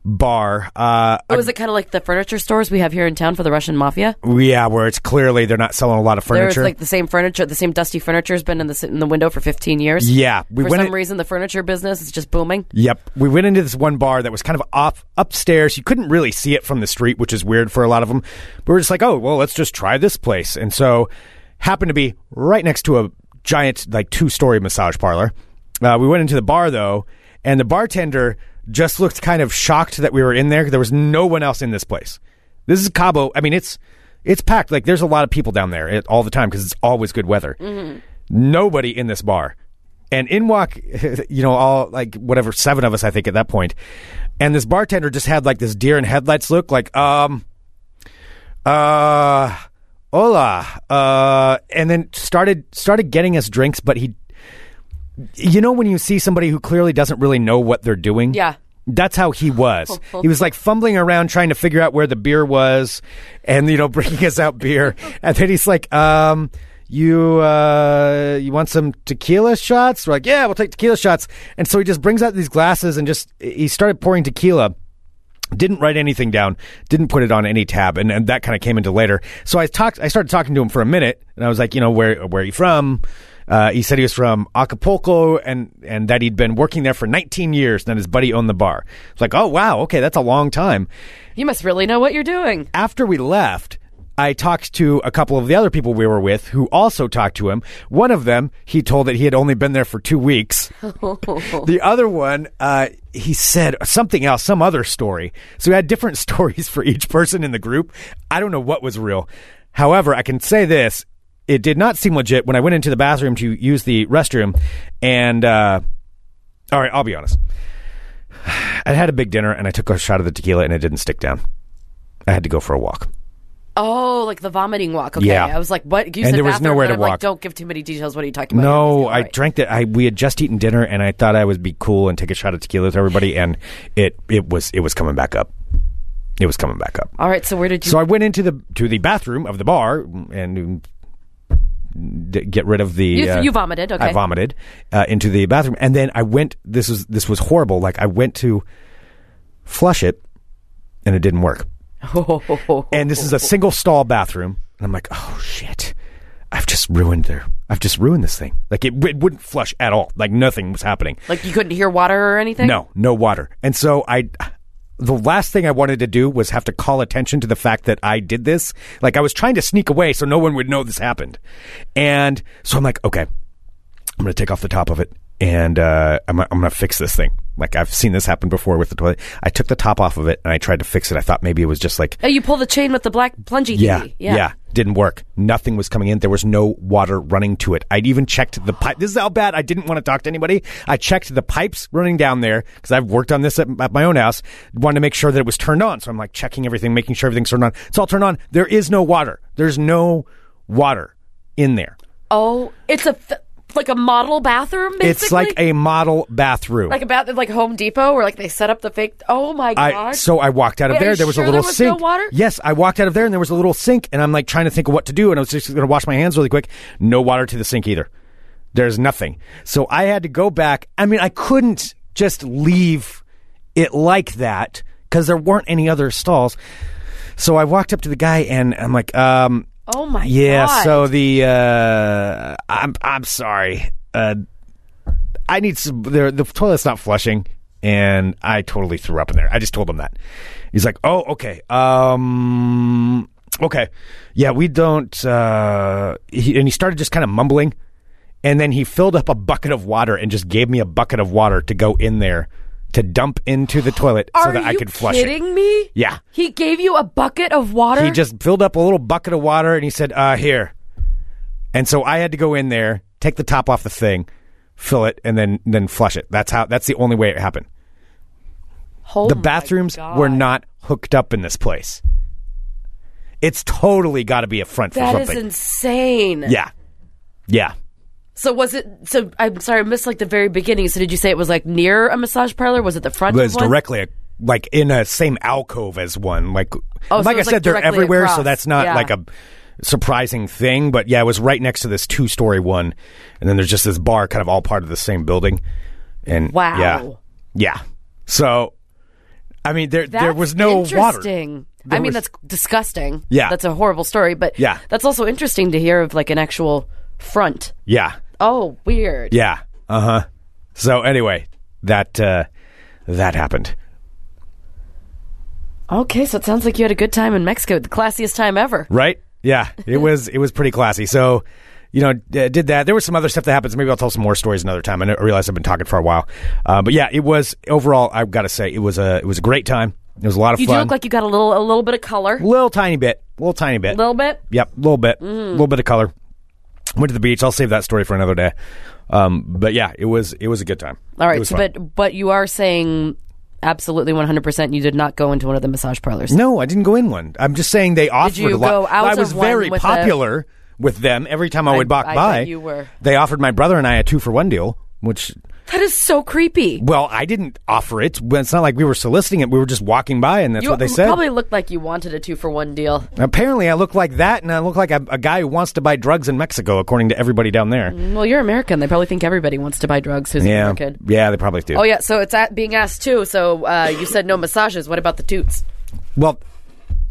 F: bar. Uh,
E: Or was Oh, it kind of like the furniture stores we have here in town for the Russian mafia?
F: yeah, where it's clearly they're not selling a lot of
E: There's
F: furniture.
E: like the same furniture, the same dusty furniture has been in the s- in the window for 15 years.
F: Yeah, we
E: for
F: went
E: some
F: in-
E: reason, the furniture business is just booming.
F: Yep. We went into this one bar that was kind of off upstairs. You couldn't really see it from the street, which is weird for a lot of them. We were just like, oh, well, let's just try this place. And so happened to be right next to a giant, like two story massage parlor. Uh, we went into the bar though, and the bartender just looked kind of shocked that we were in there. There was no one else in this place. This is Cabo. I mean, it's it's packed. Like there's a lot of people down there eh, all the time because it's always good weather. Nobody in this bar, and in walk, you know, all like whatever seven of us I think at that point, and this bartender just had like this deer in headlights look, like um, uh, hola, uh, and then started started getting us drinks, but he. You know when you see somebody who clearly doesn't really know what they're doing?
E: Yeah.
F: That's how he was. he was like fumbling around trying to figure out where the beer was and, you know, bringing us out beer. And then he's like, um, you, uh, you want some tequila shots? We're like, yeah, we'll take tequila shots. And so he just brings out these glasses and just, he started pouring tequila. Didn't write anything down. Didn't put it on any tab, and, and that kind of came into later. So I talked. I started talking to him for a minute, and I was like, you know, where where are you from? Uh, he said he was from Acapulco, and and that he'd been working there for 19 years, and that his buddy owned the bar. It's like, oh wow, okay, that's a long time.
E: You must really know what you're doing.
F: After we left. I talked to a couple of the other people we were with who also talked to him. One of them, he told that he had only been there for two weeks. The other one, uh, he said something else, some other story. So we had different stories for each person in the group. I don't know what was real. However, I can say this: it did not seem legit when I went into the bathroom to use the restroom. And uh, all right, I'll be honest. I had a big dinner and I took a shot of the tequila and it didn't stick down. I had to go for a walk.
E: Oh, like the vomiting walk. Okay.
F: Yeah.
E: I was like, what? You
F: And
E: said
F: there was
E: bathroom,
F: nowhere
E: but
F: to
E: I'm
F: walk.
E: Like, Don't give too many details. What are you talking about?
F: No,
E: You're
F: I
E: just gonna-
F: drank that. I we had just eaten dinner, and I thought I would be cool and take a shot of tequila with everybody, and it it was it was coming back up. It was coming back up.
E: All right. So where did you?
F: So I went into the to the bathroom of the bar and mm, d- get rid of the. uh,
E: You- you vomited, okay.
F: I vomited uh, into the bathroom, and then I went. This was this was horrible. Like I went to flush it, and it didn't work and this is a single stall bathroom. And I'm like, oh shit, I've just ruined their, I've just ruined this thing. Like it, it wouldn't flush at all. Like nothing was happening.
E: like you couldn't hear water or anything.
F: No, no water. And so I, the last thing I wanted to do was have to call attention to the fact that I did this. Like I was trying to sneak away so no one would know this happened. And so I'm like, okay, I'm going to take off the top of it and uh, I'm, I'm going to fix this thing. Like I've seen this happen before with the toilet. I took the top off of it and I tried to fix it. I thought maybe it was just like
E: Oh, you pull the chain with the black plungy
F: yeah,
E: thingy.
F: yeah, Didn't work. Nothing was coming in. There was no water running to it. I'd even checked the pipe. This is how bad I didn't want to talk to anybody. I checked the pipes running down there because I've worked on this at, at my own house. Wanted to make sure that it was turned on. So I'm like checking everything, making sure everything's turned on. It's all turned on. There is no water. There's no water in there.
E: Oh, it's a th- like a model bathroom. Basically?
F: It's like a model bathroom.
E: like a bath like Home Depot where like they set up the fake. Oh my
F: I,
E: god.
F: so I walked out
E: Wait,
F: of
E: are
F: there.
E: you
F: There was
E: sure
F: a little
E: there was no
F: sink.
E: water?
F: Yes, I walked out of there and there was a little sink, and I'm like trying to think of what to do, and I was just going to wash my hands really quick. No water to the sink either. There's nothing. So I had to go back. I mean, I couldn't just leave it like that because there weren't any other stalls. So I walked up to the guy and I'm like, um,
E: oh my.
F: yeah.
E: God.
F: So the uh, I'm I'm sorry. Uh, I need some. The, the toilet's not flushing, and I totally threw up in there. I just told him that. He's like, "Oh, okay. Um, okay. Yeah, we don't." Uh, he, and he started just kind of mumbling, and then he filled up a bucket of water and just gave me a bucket of water to go in there to dump into the toilet
E: Are
F: so that I
E: you
F: could flush it.
E: kidding me?
F: Yeah.
E: He gave you a bucket of water.
F: He just filled up a little bucket of water and he said, uh, here. And so I had to go in there, take the top off the thing, fill it, and then then flush it. That's how that's the only way it happened.
E: Oh
F: the
E: my
F: bathrooms
E: God.
F: were not hooked up in this place. It's totally gotta be a front for
E: That is
F: something.
E: insane.
F: yeah. Yeah.
E: So was it? So I'm sorry, I missed like the very beginning. So did you say it was like near a massage parlor? Was it the front?
F: It
E: of
F: was
E: one?
F: directly a, like in a same alcove as one. Like,
E: Oh, so
F: like
E: it
F: I
E: was,
F: said,
E: like,
F: they're
E: directly
F: everywhere, so
E: across.
F: that's not
E: Yeah.
F: like a surprising thing. But yeah, it was right next to this two story one, and then there's just this bar, kind of all part of the same building. And
E: Wow.
F: yeah, yeah. So I mean, there there
E: That's
F: was no water.
E: interesting. I
F: There
E: mean,
F: was-
E: that's disgusting.
F: Yeah.
E: that's a horrible story. But
F: Yeah.
E: that's also interesting to hear of like an actual front.
F: Yeah,
E: Oh, weird.
F: yeah, uh huh. So anyway, that uh, that happened.
E: Okay, so it sounds like you had a good time in Mexico, the classiest time ever.
F: Right? Yeah, it was it was pretty classy. So, you know, d- did that. There was some other stuff that happens. Maybe I'll tell some more stories another time. I, know, I realize I've been talking for a while, uh, but yeah, it was overall. I've got to say, it was a it was a great time. It was a lot of
E: You do
F: fun.
E: look like you got a little, a little bit of color,
F: little tiny bit, little tiny bit,
E: little Mm-hmm. bit.
F: Yep, a little bit, a little bit of color. Went to the beach. I'll save that story for another day. Um, but yeah, it was it was a good time.
E: All
F: It
E: right,
F: was
E: so,
F: fun.
E: but but you are saying absolutely 100% you did not go into one of the massage parlors.
F: No, I didn't go in one. I'm just saying they offered
E: you
F: a lot.
E: go out
F: I was
E: of one
F: very
E: with
F: popular with them every time I would walk
E: I bet
F: by.
E: you were.
F: They offered my brother and I a two for one deal, which
E: That is so creepy.
F: well, I didn't offer it. but It's not like we were soliciting it. We were just walking by, and that's
E: You
F: what they said.
E: probably looked like you wanted a 2 for 1 deal.
F: Apparently, I look like that, and I look like a, a guy who wants to buy drugs in Mexico, according to everybody down there.
E: Well, you're American. They probably think everybody wants to buy drugs who's
F: Yeah,
E: American.
F: yeah, they probably do.
E: Oh yeah, so it's at being asked too. So uh, you said no massages. What about the toots?
F: Well,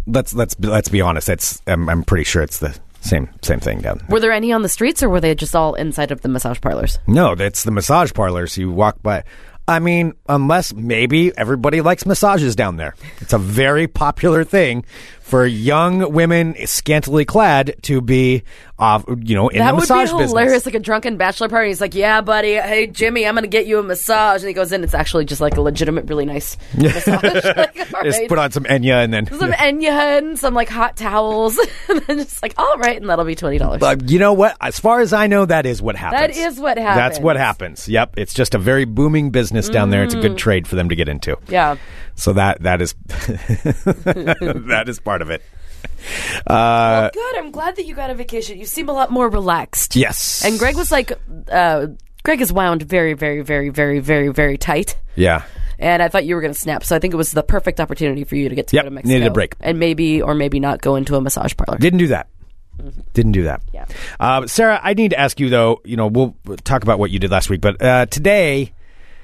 F: let's let's let's be honest. That's I'm, I'm pretty sure it's the same same thing down.
E: Were there any on the streets, or were they just all inside of the massage parlors?
F: No, that's the massage parlors you walk by. I mean, unless maybe everybody likes massages down there. It's a very popular thing for young women scantily clad to be off, you know, in
E: that
F: the
E: would
F: massage
E: be hilarious,
F: business.
E: like a drunken bachelor party. He's like, "Yeah, buddy, hey Jimmy, I'm gonna get you a massage," and he goes in. It's actually just like a legitimate, really nice massage. like, all
F: Just
E: right.
F: put on some Enya and then
E: some E- Enya and some like hot towels, and then just like, all right, and that'll be twenty dollars.
F: Uh, you know what? As far as I know, that is what happens.
E: That is what
F: That's what happens. Yep. It's just a very booming business down there. It's
E: Mm.
F: a good trade for them to get into.
E: Yeah.
F: So that that is that is part of it. Uh,
E: Good. I'm glad that you got a vacation. You seem a lot more relaxed.
F: Yes.
E: And Greg was like, uh, Greg is wound very, very, very, very, very, very tight.
F: Yeah.
E: And I thought you were going to snap. So I think it was the perfect opportunity for you to get to
F: Yep,
E: go to Mexico.
F: needed a break.
E: And maybe or maybe not go into a massage parlor.
F: Didn't do that. Didn't do that. Yeah. Uh, Sarah, I need to ask you though. You know, we'll talk about what you did last week, but uh, today,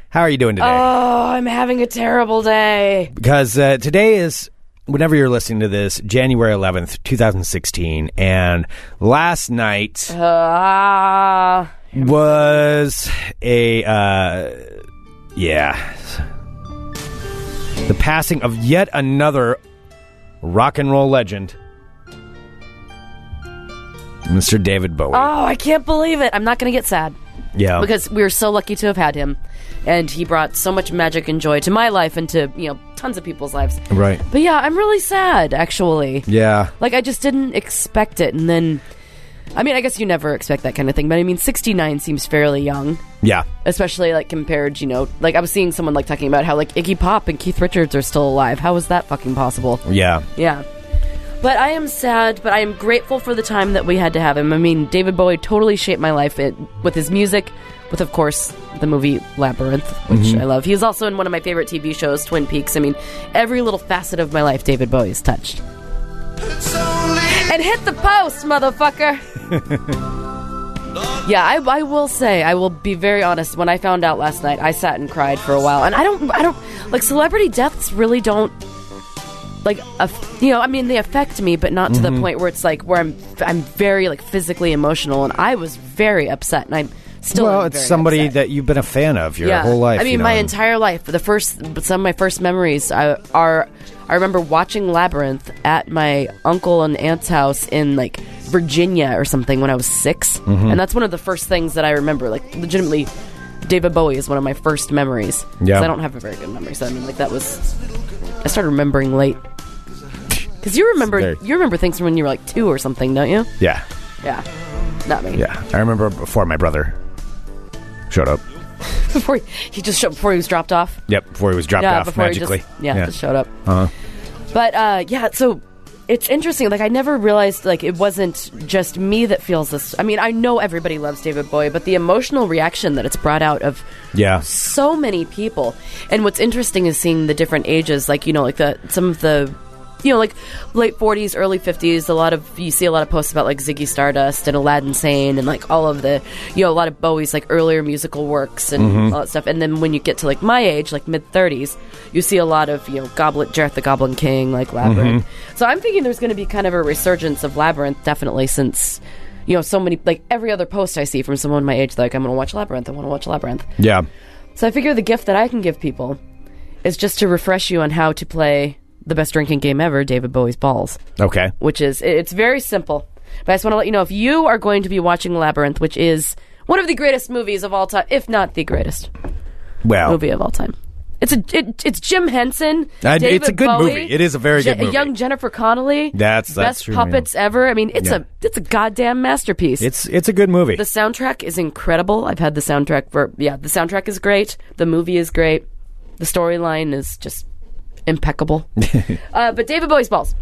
F: how are you doing today?
E: oh, I'm having a terrible day.
F: because uh, today is whenever you're listening to this, January 11th, 2016, and last night
E: Uh, Ah.
F: was a uh, yeah, the passing of yet another rock and roll legend, Mr. David Bowie.
E: oh, I can't believe it. I'm not going to get sad.
F: yeah,
E: because we were so lucky to have had him and he brought so much magic and joy to my life and to you know tons of people's lives
F: right.
E: but yeah i'm really sad actually
F: Yeah.
E: like i just didn't expect it and then i mean i guess you never expect that kind of thing but i mean 69 seems fairly young
F: Yeah.
E: especially like compared you know like i was seeing someone like talking about how like iggy pop and keith richards are still alive how is that fucking possible
F: Yeah.
E: yeah. But I am sad, but I am grateful for the time that we had to have him. I mean, David Bowie totally shaped my life it, with his music, with, of course, the movie Labyrinth, which I love. He was also in one of my favorite TV shows, Twin Peaks. I mean, every little facet of my life, David Bowie's touched. And hit the post, motherfucker! Yeah, I, I will say, I will be very honest. When I found out last night, I sat and cried for a while. And I don't, I don't, like, celebrity deaths really don't, like, aff- you know, I mean, they affect me, but not to
F: Mm-hmm.
E: the point where it's like, where I'm, I'm very, like, physically emotional. And I was very upset, and I'm still.
F: Well,
E: am
F: it's
E: very
F: somebody
E: upset.
F: that you've been a fan of your whole life.
E: I mean,
F: you know,
E: my
F: and-
E: entire life. The first, some of my first memories I, are, I remember watching Labyrinth at my uncle and aunt's house in like Virginia or something when I was 6
F: Mm-hmm.
E: and that's one of the first things that I remember. Like, legitimately, David Bowie is one of my first memories. 'Cause
F: Yeah.
E: I don't have a very good memory, so I mean, like that was, I started remembering late. Because you remember,
F: Very-
E: you remember things from when you were like two or something, don't you?
F: Yeah.
E: Yeah, not me.
F: Yeah. I remember before my brother showed up.
E: Before he, he just showed, before he was dropped off.
F: Yep. Before he was dropped
E: yeah,
F: off
E: before
F: magically. Uh-huh.
E: He just, yeah, just showed up. But uh, yeah, so it's interesting. Like I never realized like it wasn't just me that feels this. I mean, I know everybody loves David Bowie, but the emotional reaction that it's brought out of
F: yeah.
E: so many people. And what's interesting is seeing the different ages. Like you know, like the some of the you know, like late 40s, early 50s. A lot of you see a lot of posts about like Ziggy Stardust and Aladdin Sane and like all of the you know a lot of Bowie's like earlier musical works and all that stuff. And then when you get to like my age, like mid 30s, you see a lot of you know Goblet, Jareth the Goblin King, like Labyrinth. So I'm thinking there's going to be kind of a resurgence of Labyrinth, definitely since. You know, so many like every other post I see from someone my age, like I'm going to watch Labyrinth. I want to watch Labyrinth.
F: Yeah.
E: So I figure the gift that I can give people is just to refresh you on how to play the best drinking game ever, David Bowie's Balls,
F: Okay.
E: which is it- it's very simple. But I just want to let you know if you are going to be watching Labyrinth, which is one of the greatest movies of all time, if not the greatest
F: Well,
E: movie of all time. It's a it, it's Jim Henson.
F: And
E: David
F: it's a good
E: Bowie,
F: movie. It is a very
E: Je-
F: good movie.
E: Young Jennifer Connelly.
F: That's- that's
E: best
F: true, yeah.
E: puppets ever. I mean, it's
F: Yeah.
E: a it's a goddamn masterpiece.
F: it's it's a good movie.
E: The soundtrack is incredible. I've had the soundtrack for yeah, the soundtrack is great. The movie is great. The storyline is just impeccable. uh, but David Bowie's balls.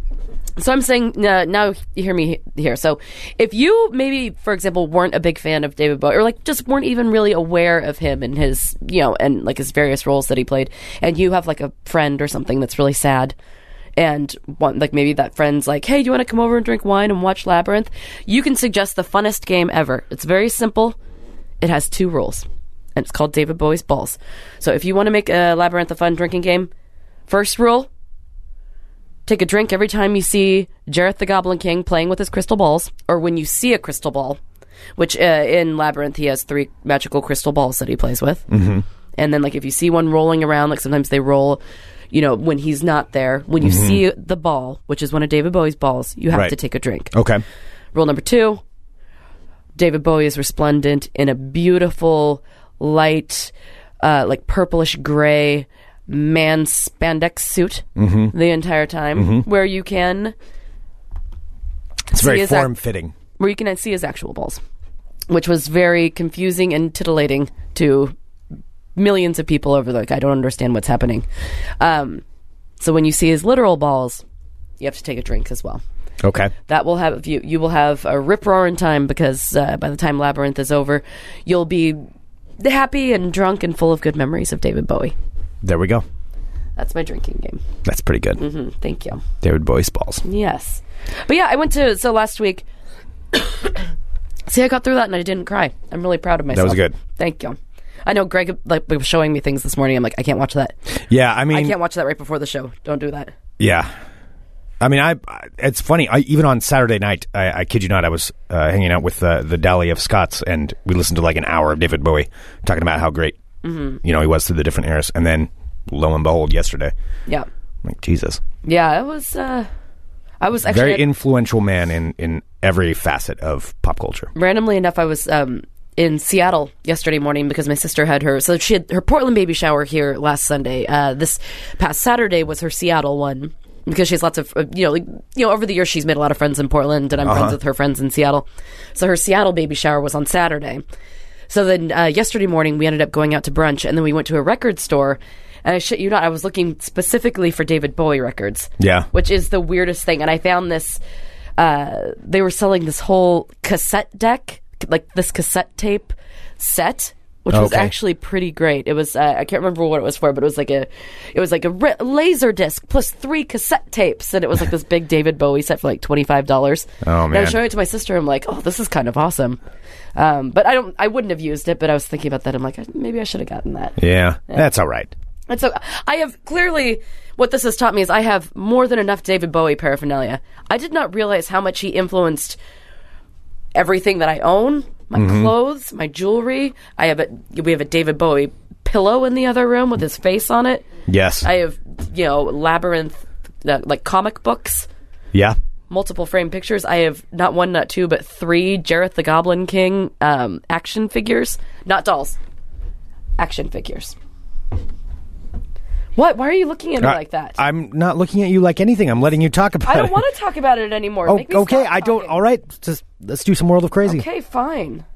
E: So I'm saying uh, now you hear me he- here. So if you maybe, for example, weren't a big fan of David Bowie, or like just weren't even really aware of him and his, you know, and like his various roles that he played, and you have like a friend or something that's really sad, and one like maybe that friend's like, hey, do you want to come over and drink wine and watch Labyrinth? You can suggest the funnest game ever. It's very simple. It has two rules, and it's called David Bowie's Balls. So if you want to make a Labyrinth a fun drinking game, first rule take a drink every time you see Jareth the Goblin King playing with his crystal balls, or when you see a crystal ball, which uh, in Labyrinth he has three magical crystal balls that he plays with. Mm-hmm. And then, like, if you see one rolling around, like sometimes they roll, you know, when he's not there, when you see the ball, which is one of David Bowie's balls, you have
F: Right.
E: to take a drink.
F: okay.
E: Rule number two David Bowie is resplendent in a beautiful, light, uh, like purplish gray man spandex suit
F: Mm-hmm.
E: the entire time, where you can
F: It's very
E: is that-
F: form fitting.
E: where you can see his actual balls, which was very confusing and titillating to millions of people over. Like, I don't understand what's happening. Um, so when you see his literal balls, you have to take a drink as well.
F: Okay.
E: that will have you you will have a rip roaring time because uh, by the time labyrinth is over you'll be happy and drunk and full of good memories of david bowie
F: There we go.
E: that's my drinking game
F: That's pretty good.
E: Mm, thank you
F: David Bowie's balls.
E: yes but yeah i went to so last week see i got through that and i didn't cry i'm really proud of myself
F: was good.
E: thank you i know greg like was showing me things this morning i'm like i can't watch that
F: Yeah, I mean,
E: i can't watch that right before the show don't do that
F: Yeah. I mean, I, I- it's funny. I, even on Saturday night, I, I kid you not, I was uh, hanging out with uh, the Dally of Scots, and we listened to like an hour of David Bowie talking about how great
E: Mm-hmm.
F: you know he was through the different eras, and then lo and behold, yesterday,
E: yeah
F: I'm like Jesus,
E: yeah it was uh i was actually
F: very influential man in in every facet of pop culture.
E: randomly enough, I was um, in Seattle yesterday morning because my sister had her. So she had her Portland baby shower here last Sunday. Uh, this past Saturday was her Seattle one because she has lots of uh, you know like, you know over the years she's made a lot of friends in Portland and I'm friends with her friends in Seattle. So her Seattle baby shower was on Saturday. So then uh, yesterday morning we ended up going out to brunch and then we went to a record store. And I shit you not, I was looking specifically for David Bowie records
F: Yeah.
E: which is the weirdest thing. And I found this. Uh, they were selling this whole cassette deck, like this cassette tape set, which was
F: Okay.
E: actually pretty great. It was uh, I can't remember what it was for, but it was like a it was like a re- laser disc plus three cassette tapes, and it was like this big David Bowie set for like twenty five dollars.
F: Oh,
E: And I
F: man.
E: was showing it to my sister. I'm like, oh, this is kind of awesome. Um, but I don't, I wouldn't have used it. But I was thinking about that. I'm like, I- maybe I should have gotten that.
F: Yeah, that's all right.
E: And so I have clearly what this has taught me is I have more than enough David Bowie paraphernalia. I did not realize how much he influenced everything that I own, my clothes, my jewelry. I have a we have a David Bowie pillow in the other room with his face on it.
F: Yes,
E: I have, you know, labyrinth uh, like comic books,
F: yeah,
E: multiple frame pictures. I have not one, not two, but three Jareth the Goblin King um, action figures, not dolls. Action figures. What? Why are you looking at me
F: I-
E: like that? I,
F: I'm not looking at you like anything. I'm letting you talk about.
E: don't
F: it.
E: want to talk about it anymore.
F: Oh,
E: Make me
F: okay,
E: stop
F: I don't.
E: talking.
F: All right, just let's do some World of Crazy.
E: Okay, fine.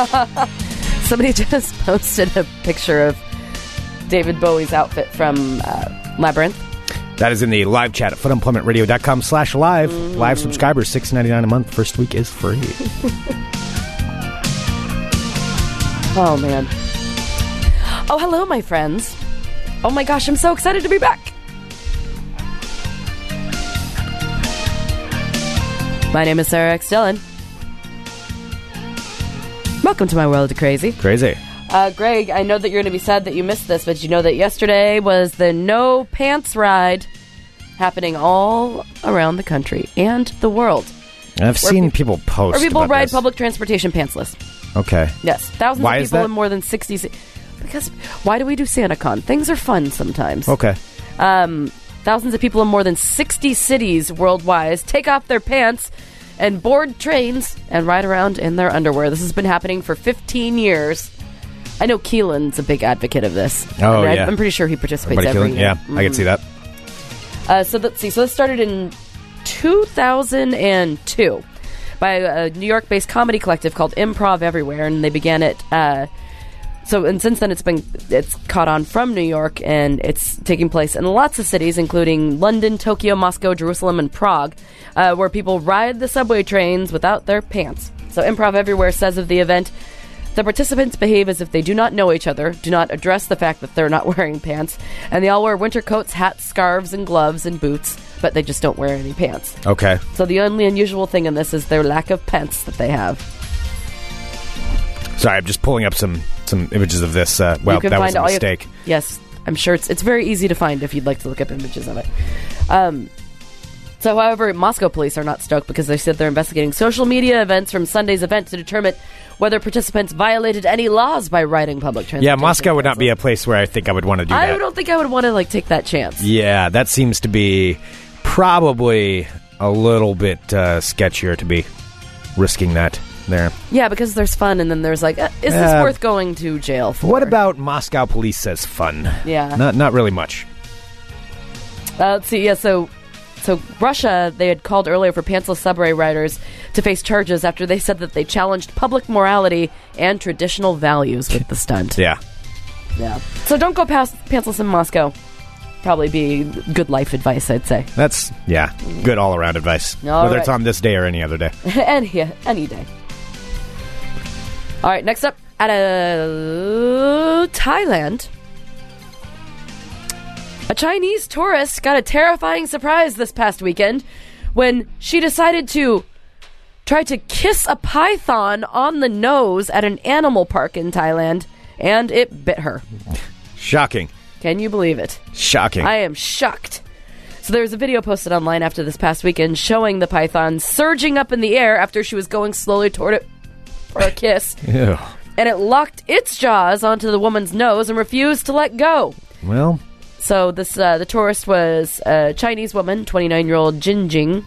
E: Somebody just posted a picture of David Bowie's outfit from uh, Labyrinth.
F: That is in the live chat at footemploymentradio.com slash live. Live subscribers, six ninety nine a month. First week is free.
E: Oh man. Oh hello, my friends. Oh my gosh, I'm so excited to be back. My name is Sarah X Dillon. Welcome to my world of crazy.
F: Crazy.
E: Uh, Greg, I know that you're going to be sad that you missed this, but you know that yesterday was the no pants ride happening all around the country and the world.
F: I've seen
E: peop-
F: people post.
E: Or people
F: about
E: ride
F: this.
E: public transportation pantsless.
F: Okay.
E: Yes, thousands
F: Why
E: of
F: is
E: people
F: that?
E: in more than 60 ci- because why do we do SantaCon? Things are fun sometimes.
F: Okay.
E: Um, thousands of people in more than 60 cities worldwide take off their pants and board trains and ride around in their underwear. This has been happening for 15 years. I know Keelan's a big advocate of this.
F: Oh,
E: I mean, I-
F: yeah.
E: I'm pretty sure he participates
F: Everybody
E: every
F: feeling?
E: year. Mm-hmm.
F: Yeah, I can see that.
E: Uh, so let's see. So this started in 2002 by a New York-based comedy collective called Improv Everywhere, and they began it. Uh, so and since then, it's been it's caught on from New York, and it's taking place in lots of cities, including London, Tokyo, Moscow, Jerusalem, and Prague, uh, where people ride the subway trains without their pants. So Improv Everywhere says of the event. The participants behave as if they do not know each other, do not address the fact that they're not wearing pants, and they all wear winter coats, hats, scarves, and gloves and boots, but they just don't wear any pants.
F: Okay.
E: So the only unusual thing in this is their lack of pants that they have.
F: Sorry, I'm just pulling up some some images of this. Uh, well,
E: you can
F: that
E: find
F: was a
E: all your-
F: mistake.
E: yes, I'm sure it's it's very easy to find if you'd like to look up images of it. Um, so, however, Moscow police are not stoked because they said they're investigating social media events from Sunday's event to determine whether participants violated any laws by riding public transportation.
F: Yeah, Moscow would not be
E: A-
F: a place where I think I would want to do
E: I
F: that.
E: don't think I would want to like take that chance.
F: Yeah, that seems to be probably a little bit uh, sketchier to be risking that there.
E: Yeah, because there's fun, and then there's like, uh, is this
F: Uh,
E: worth going to jail for?
F: What about Moscow police says fun?
E: Yeah.
F: Not not really much.
E: Uh, let's see. Yeah, so so Russia, they had called earlier for pantsless subway riders to face charges after they said that they challenged public morality and traditional values with the stunt.
F: Yeah.
E: Yeah. So don't go past pantsless in Moscow. Probably be good life advice, I'd say.
F: That's yeah, good all around advice.
E: All
F: Whether it's
E: right.
F: on this day or any other day.
E: any yeah, any day. All right, next up at uh, Thailand. A Chinese tourist got a terrifying surprise this past weekend when she decided to try to kiss a python on the nose at an animal park in Thailand and it bit her.
F: Shocking.
E: Can you believe it?
F: Shocking.
E: I am shocked. So there was a video posted online after this past weekend showing the python surging up in the air after she was going slowly toward it for a kiss,
F: Ew.
E: and it locked its jaws onto the woman's nose and refused to let go.
F: Well,
E: So this uh, the tourist was a Chinese woman, 29 year old Jin Jing.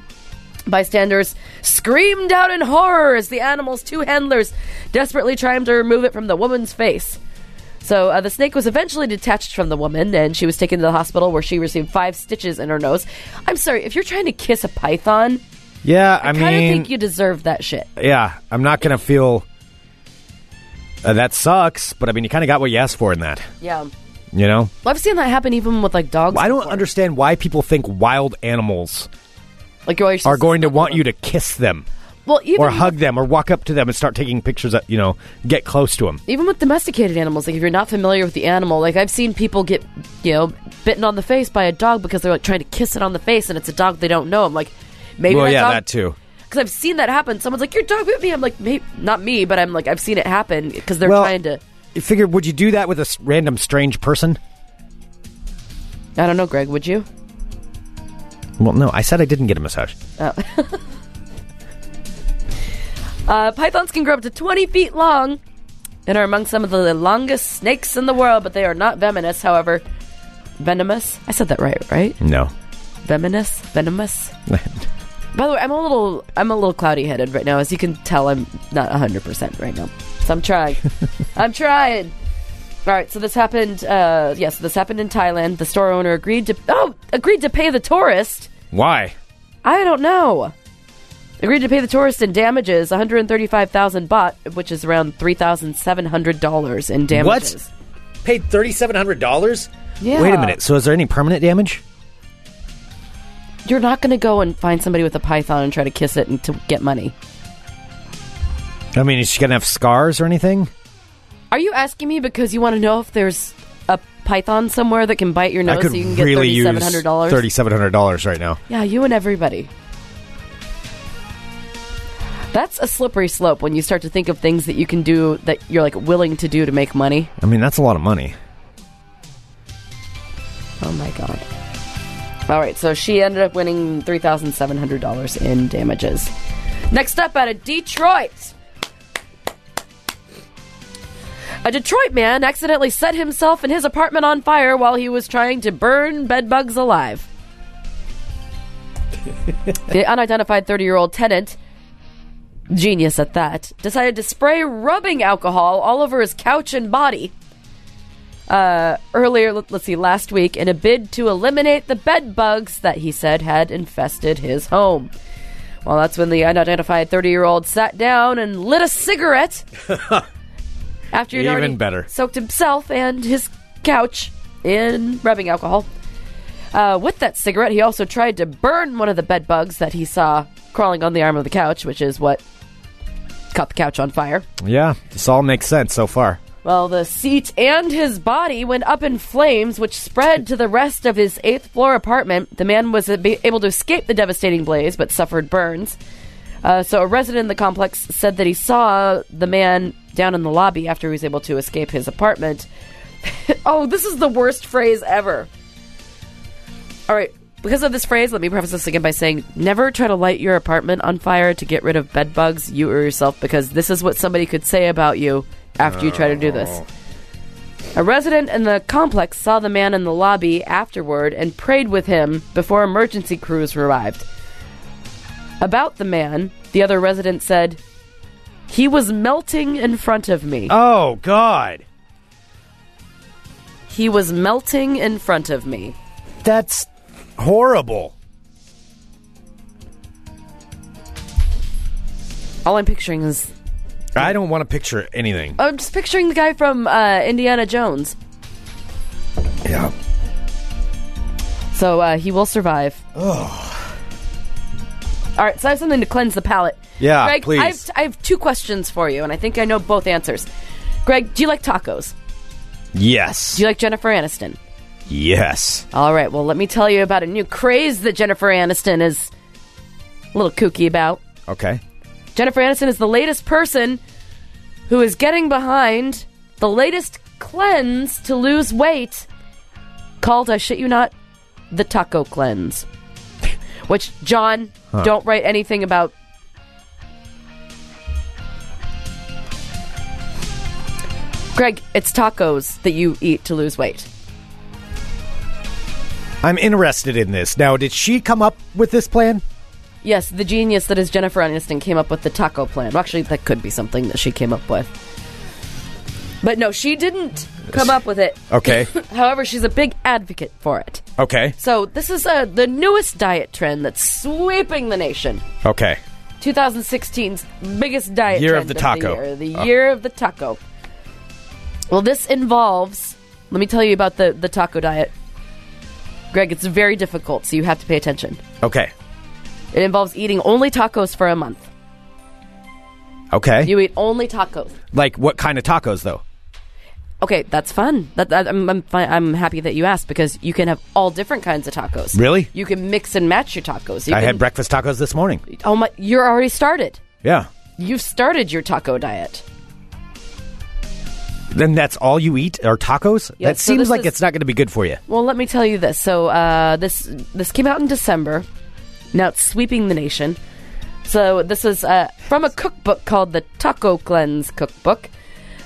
E: Bystanders screamed out in horror as the animal's two handlers desperately tried to remove it from the woman's face. So uh, the snake was eventually detached from the woman, and she was taken to the hospital where she received five stitches in her nose. I'm sorry if you're trying to kiss a python.
F: yeah, I,
E: I, kind of
F: mean
E: think you deserve that shit.
F: yeah, I'm not going to feel uh, that sucks, but I mean you kind of got what you asked for in that,
E: Yeah, well,
F: you know?
E: I've seen that happen even with like dogs.
F: I don't
E: before.
F: understand why people think wild animals
E: Like you're
F: are going to want you to kiss them
E: well, even
F: or hug them or walk up to them and start taking pictures that, you know, get close to them.
E: even with domesticated animals like if you're not familiar with the animal like i've seen people get you know bitten on the face by a dog because they're like trying to kiss it on the face and it's a dog they don't know i'm like maybe
F: well,
E: that
F: yeah,
E: dog
F: that too.
E: because i've seen that happen someone's like your dog bit me i'm like maybe not me but i'm like i've seen it happen because they're
F: Well-
E: trying to
F: You figure would you do that with a s- random strange person?
E: i don't know greg would you
F: Well, no, I said I didn't get a massage.
E: uh, pythons can grow up to 20 feet long and are among some of the longest snakes in the world but they are not venomous however venomous i said that right right
F: No.
E: venomous venomous By the way, I'm a little I'm a little cloudy headed right now, as you can tell. I'm not 100 percent right now, so I'm trying. I'm trying. All right, so this happened. Uh, yes, this happened in Thailand. The store owner agreed to oh agreed to pay the tourist.
F: why?
E: I don't know. Agreed to pay the tourist in damages 135,000 baht, which is around $3,700 in damages.
F: Paid $3,700?
E: Yeah.
F: Wait a minute. So is there any permanent damage?
E: You're not going to go and find somebody with a python and try to kiss it and to get money.
F: I mean, is she going to have scars or anything?
E: Are you asking me because you want to know if there's a python somewhere that can bite your nose
F: I could
E: so you can get
F: really use
E: thirty-seven hundred dollars?
F: Thirty-seven hundred dollars right now.
E: Yeah, you and everybody. That's a slippery slope when you start to think of things that you can do that you're like willing to do to make money.
F: I mean, that's a lot of money.
E: Oh my god. All right, so she ended up winning $3,700 in damages. Next up out of Detroit. A Detroit man accidentally set himself and his apartment on fire while he was trying to burn bedbugs alive. the unidentified 30 year old tenant, genius at that, decided to spray rubbing alcohol all over his couch and body earlier, let- let's see, last week, in a bid to eliminate the bed bugs that he said had infested his home. Well, that's when the unidentified 30 year old sat down and lit a cigarette after he'd
F: Even
E: already
F: better.
E: soaked himself and his couch in rubbing alcohol. Uh, with that cigarette, he also tried to burn one of the bed bugs that he saw crawling on the arm of the couch, which is what caught the couch on fire.
F: Yeah, this all makes sense so far.
E: Well, the seat and his body went up in flames, which spread to the rest of his eighth floor apartment. The man was ab- able to escape the devastating blaze, but suffered burns. Uh, so, a resident in the complex said that he saw the man down in the lobby after he was able to escape his apartment. oh, this is the worst phrase ever. All right, because of this phrase, let me preface this again by saying never try to light your apartment on fire to get rid of bed bugs, you or yourself, because this is what somebody could say about you after you try to do this. A resident in the complex saw the man in the lobby afterward and prayed with him before emergency crews arrived. About the man, the other resident said, He was melting in front of me.
F: Oh God,
E: He was melting in front of me.
F: that's horrible.
E: All I'm picturing is
F: I don't want to picture anything.
E: I'm just picturing the guy from uh, Indiana Jones.
F: Yeah.
E: So uh, he will survive. All right, so I have something to cleanse the palate.
F: Yeah,
E: Greg,
F: Ah, please.
E: I have, I have two questions for you, and I think I know both answers. Greg, do you like tacos?
F: Yes.
E: Do you like Jennifer Aniston?
F: Yes.
E: All right, well, let me tell you about a new craze that Jennifer Aniston is a little kooky about.
F: Okay.
E: Jennifer Aniston is the latest person who is getting behind the latest cleanse to lose weight called, I shit you not, the taco cleanse. Which, John, don't write anything about. Greg, it's tacos that you eat to lose weight.
F: I'm interested in this. Now, did she come up with this plan?
E: Yes, the genius that is Jennifer Aniston came up with the taco plan. Well, actually, that could be something that she came up with. But no, she didn't come up with it.
F: Okay.
E: However, she's a big advocate for it.
F: okay.
E: So this is uh, the newest diet trend that's sweeping the nation.
F: Okay.
E: 2016's biggest diet
F: Year
E: trend
F: of the taco.
E: year, the
F: Oh.
E: year of the taco. Well, this involves. Let me tell you about the the taco diet, Greg. It's very difficult, so you have to pay attention.
F: Okay.
E: It involves eating only tacos for a month.
F: Okay.
E: You eat only tacos.
F: like what kind of tacos though?
E: Okay, that's fun. That, that- I'm I'm, fi- I'm happy that you asked because you can have all different kinds of tacos.
F: Really?
E: You can mix and match your tacos. You
F: I
E: can,
F: had breakfast tacos this morning.
E: Oh my! You're already started.
F: Yeah.
E: You've started your taco diet.
F: Then that's all you eat are tacos?
E: Yeah,
F: that
E: so
F: seems
E: this
F: like
E: is-
F: it's not going to be good for you.
E: Well, let me tell you this. So uh, this this came out in December. Now it's sweeping the nation. So this is uh, from a cookbook called the Taco Cleanse Cookbook.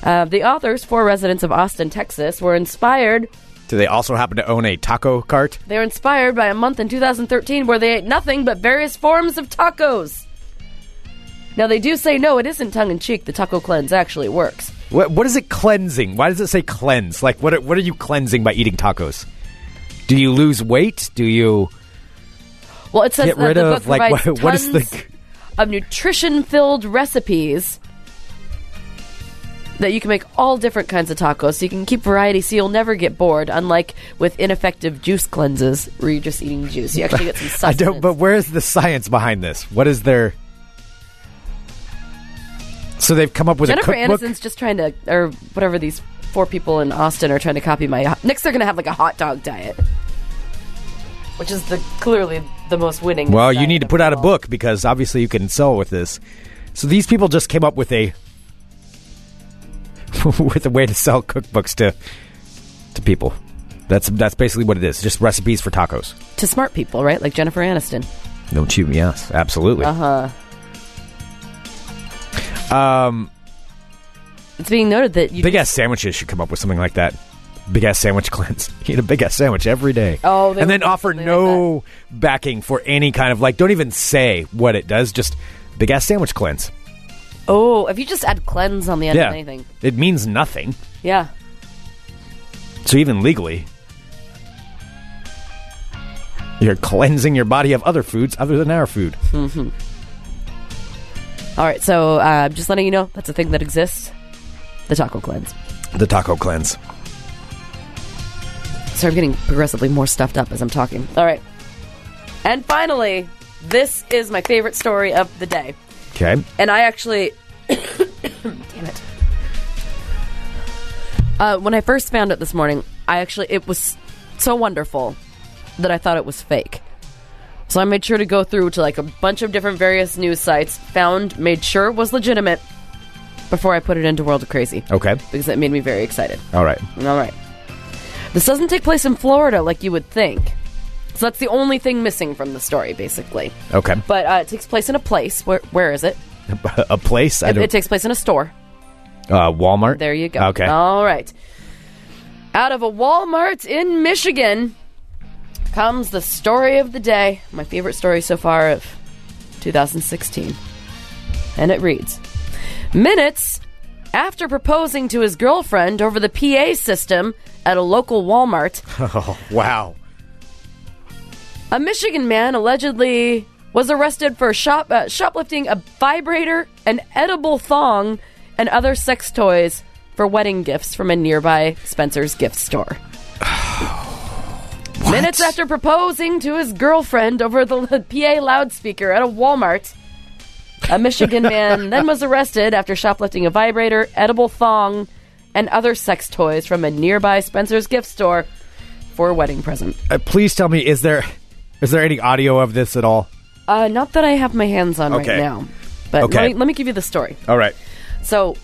E: Uh, the authors, four residents of Austin, Texas, were inspired.
F: Do they also happen to own a taco cart?
E: They were inspired by a month in 2013 where they ate nothing but various forms of tacos. Now they do say no, it isn't tongue in cheek. The taco cleanse actually works.
F: What what is it cleansing? Why does it say cleanse? Like what are- what are you cleansing by eating tacos? Do you lose weight? Do you
E: Well, it says
F: get
E: that
F: rid
E: the book
F: of like
E: provides
F: what, what is
E: tons
F: the
E: of nutrition-filled recipes that you can make all different kinds of tacos. So you can keep variety, so you'll never get bored. Unlike with ineffective juice cleanses, where you're just eating juice, you actually get some
F: I
E: substance.
F: don't but where is the science behind this? What is their So they've come up with
E: Jennifer
F: a cookbook.
E: Aniston's just trying to, or whatever these four people in Austin are trying to copy my. Next, they're going to have like a hot dog diet, which is the clearly the most winning.
F: Well, you
E: diet
F: need to
E: of
F: put
E: them
F: out a
E: all.
F: book because obviously you can sell with this. So these people just came up with a with a way to sell cookbooks to to people. That's that's basically what it is. Just recipes for tacos.
E: to smart people, right? Like Jennifer Aniston.
F: Don't you? Yes, absolutely.
E: Uh huh.
F: Um,
E: It's being noted that you.
F: big ass sandwiches should come up with something like that. Big ass sandwich cleanse. Eat a big ass sandwich every day.
E: Oh, they
F: and
E: would
F: then
E: do
F: offer
E: something like
F: no backing for any kind of like. Don't even say what it does. Just big ass sandwich cleanse.
E: oh, if you just add cleanse on the end
F: yeah,
E: of anything,
F: it means nothing.
E: yeah.
F: So even legally, you're cleansing your body of other foods other than our food.
E: All right, so uh, just letting you know that's a thing that exists. The taco cleanse.
F: The taco cleanse.
E: Sorry, I'm getting progressively more stuffed up as I'm talking. All right. And finally, this is my favorite story of the day.
F: Okay.
E: And I actually. damn it. Uh, when I first found it this morning, I actually. It was so wonderful that I thought it was fake. So I made sure to go through to like a bunch of different various news sites, found, made sure it was legitimate before I put it into World of Crazy
F: Okay.
E: because that made me very excited.
F: All right.
E: All right. This doesn't take place in Florida like you would think. So that's the only thing missing from the story, basically.
F: Okay.
E: But uh, it takes place in a place. Where, where is it?
F: a place. I
E: It,
F: don't.
E: it takes place in a store.
F: uh, Walmart.
E: There you go. Oh.
F: Okay.
E: All right. Out of a Walmart in Michigan comes the story of the day, my favorite story so far of 2016. And it reads Minutes after proposing to his girlfriend over the PA system at a local Walmart,
F: Wow.
E: A Michigan man allegedly was arrested for shop uh, shoplifting a vibrator, an edible thong, and other sex toys for wedding gifts from a nearby Spencer's gift store. Minutes after proposing to his girlfriend over the l- PA loudspeaker at a Walmart, a Michigan man then was arrested after shoplifting a vibrator, edible thong, and other sex toys from a nearby Spencer's gift store for a wedding present.
F: Uh, please tell me, is there is there any audio of this at all?
E: Uh, not that I have my hands on
F: Okay.
E: right now. But
F: Okay.
E: let, me, let me give you the story.
F: All right.
E: So,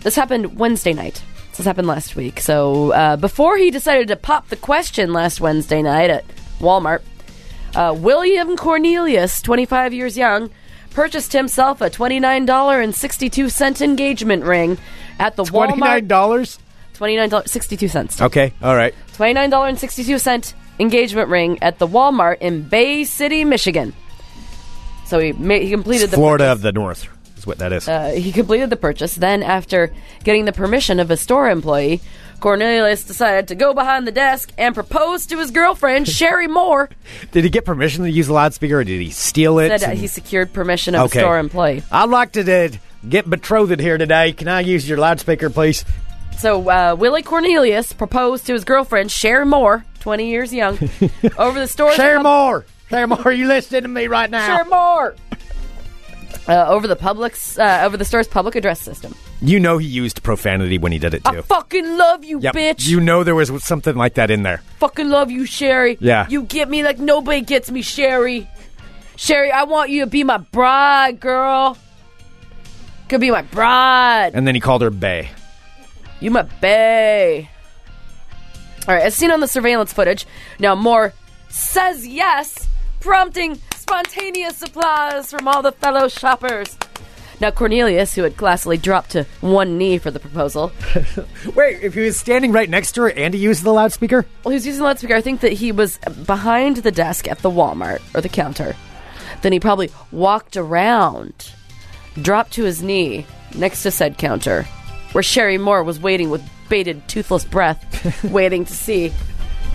E: this happened Wednesday night. This happened last week. So, uh, before he decided to pop the question last Wednesday night at Walmart, uh, William Cornelius, 25 years young, purchased himself a $29.62 engagement ring at the
F: Twenty nine
E: Walmart.
F: dollars.
E: $29.62.
F: Okay. All right.
E: $29.62 engagement ring at the Walmart in Bay City, Michigan. So he ma- he completed the
F: Florida of the North is what that is.
E: uh, he completed the purchase. Then, after getting the permission of a store employee, Cornelius decided to go behind the desk and propose to his girlfriend Sherry Moore.
F: did he get permission to use the loudspeaker, or did he steal it?
E: Said uh,
F: and-
E: he secured permission of a store employee.
F: I'd like to uh, get betrothed here today. Can I use your loudspeaker, please?
E: So uh, Willie Cornelius proposed to his girlfriend Sherry Moore, 20 years young, over the store.
F: Share more. Share more. Are you listening to me right now?
E: Sherry Moore. Uh, over the public's, uh, over the store's public address system.
F: You know he used profanity when he did it too.
E: I fucking love you,
F: Yep.
E: bitch.
F: You know there was something like that in there.
E: fucking love you, Sherry.
F: Yeah.
E: You get me like nobody gets me, Sherry. Sherry, I want you to be my bride, girl. Could be my bride.
F: And then he called her Bay.
E: You my bae. All right, as seen on the surveillance footage, now Moore says yes, prompting spontaneous applause from all the fellow shoppers. Now Cornelius, who had classily dropped to one knee for the proposal,
F: Wait, if he was standing right next to her and he used the loudspeaker?
E: Well, he was using the loudspeaker. I think that he was behind the desk at the Walmart or the counter. Then he probably walked around, dropped to his knee next to said counter, where Sherry Moore was waiting with bated, toothless breath, waiting to see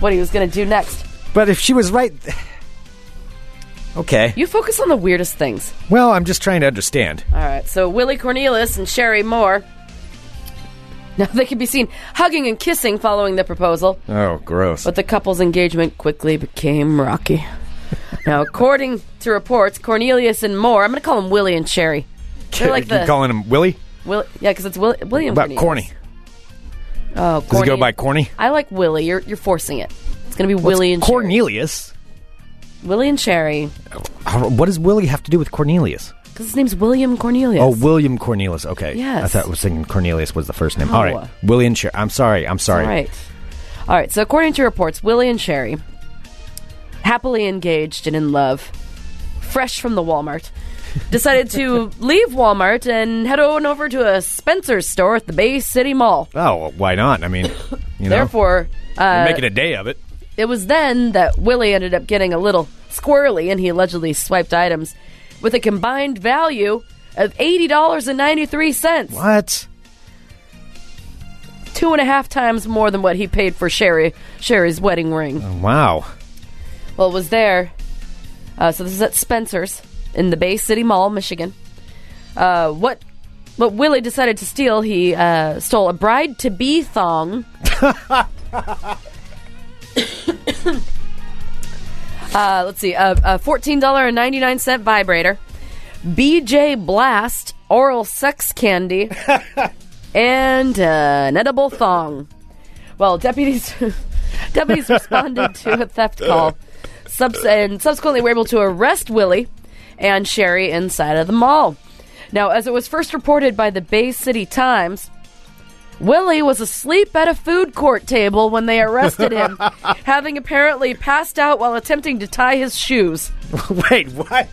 E: what he was going to do next.
F: But if she was right. Okay.
E: You focus on the weirdest things.
F: Well, I'm just trying to understand.
E: All right, so Willie Cornelius and Sherry Moore. Now they can be seen hugging and kissing following the proposal.
F: Oh, gross.
E: But the couple's engagement quickly became rocky. now, according to reports, Cornelius and Moore, I'm going to call them Willie and Sherry. They're like
F: you
E: the-
F: calling him Willie?
E: Will, yeah, because it's Will, William.
F: About corny.
E: Oh, corny.
F: Does he go by corny?
E: I like Willie. You're you're forcing it. It's gonna be Willie and Cherry.
F: Cornelius.
E: Willie and Cherry.
F: How- What does Willie have to do with Cornelius?
E: Because his name's William Cornelius.
F: Oh, William Cornelius. Okay. I
E: Yes.
F: thought I was thinking Cornelius was the first name.
E: No.
F: All right. Willie and Cher. I'm sorry. I'm sorry.
E: All right. All right. So according to reports, Willie and Sherry, happily engaged and in love, fresh from the Walmart, decided to leave Walmart and head on over to a Spencer's store at the Bay City Mall.
F: Oh, well, why not? I mean, you know,
E: Therefore, uh,
F: making a day of it.
E: it was then that Willie ended up getting a little squirrely, and he allegedly swiped items with a combined value of eighty dollars and ninety three cents.
F: What?
E: Two and a half times more than what he paid for Sherry Sherry's wedding ring.
F: Wow.
E: Well, it was there. Uh, so this is at Spencer's in the Bay City Mall, Michigan. Uh, what what Willie decided to steal? He uh, stole a bride to be thong. uh, let's see, a, a fourteen dollar and ninety nine cent vibrator, BJ Blast oral sex candy, and uh, an edible thong. Well, deputies deputies responded to a theft call, subs- and subsequently were able to arrest Willie and Sherry inside of the mall. Now, as it was first reported by the Bay City Times, Willie was asleep at a food court table when they arrested him, having apparently passed out while attempting to tie his shoes.
F: Wait, what?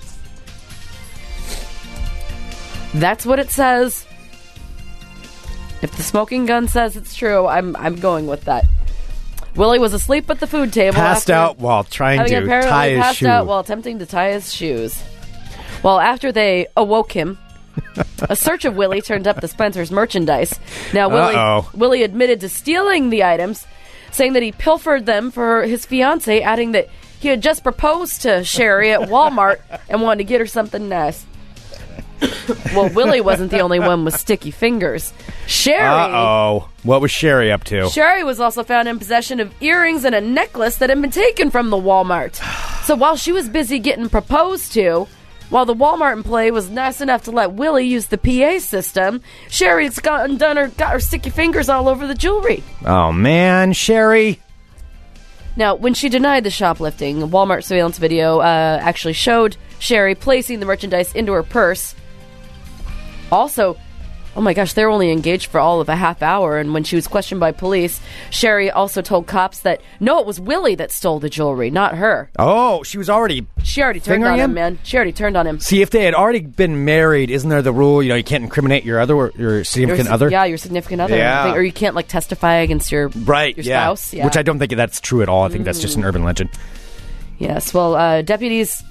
E: That's what it says. If the smoking gun says it's true, I'm I'm going with that. Willie was asleep at the food table.
F: Passed
E: after-
F: out while trying
E: having
F: to
E: apparently
F: tie his
E: passed
F: shoe.
E: out while attempting to tie his shoes. Well, after they awoke him, a search of Willie turned up the Spencer's merchandise. Now, Willie,
F: Uh-oh.
E: Willie admitted to stealing the items, saying that he pilfered them for his fiancee, adding that he had just proposed to Sherry at Walmart and wanted to get her something nice. well, Willie wasn't the only one with sticky fingers. Sherry.
F: uh oh. What was Sherry up to?
E: Sherry was also found in possession of earrings and a necklace that had been taken from the Walmart. So while she was busy getting proposed to, while the Walmart employee was nice enough to let Willie use the PA system, Sherry's gotten done her got her sticky fingers all over the jewelry.
F: oh, man. Sherry.
E: Now, when she denied the shoplifting, Walmart surveillance video uh, actually showed Sherry placing the merchandise into her purse. Also, oh my gosh, they were only engaged for all of a half hour, and when she was questioned by police, Sherry also told cops that no, it was Willie that stole the jewelry, not her.
F: Oh, she was already.
E: She already turned
F: Fingering
E: on him,
F: him?
E: man. She already turned on him.
F: See, if they had already been married, isn't there the rule? You know, you can't incriminate your other, your
E: Your
F: significant
E: si-
F: other.
E: Yeah, your significant other. I
F: Yeah.
E: think, or you can't like testify against your
F: Right.
E: your
F: yeah.
E: spouse. Yeah. Mm.
F: Which I don't think that's true at all. I think that's just an urban legend.
E: Yes, well, uh, deputies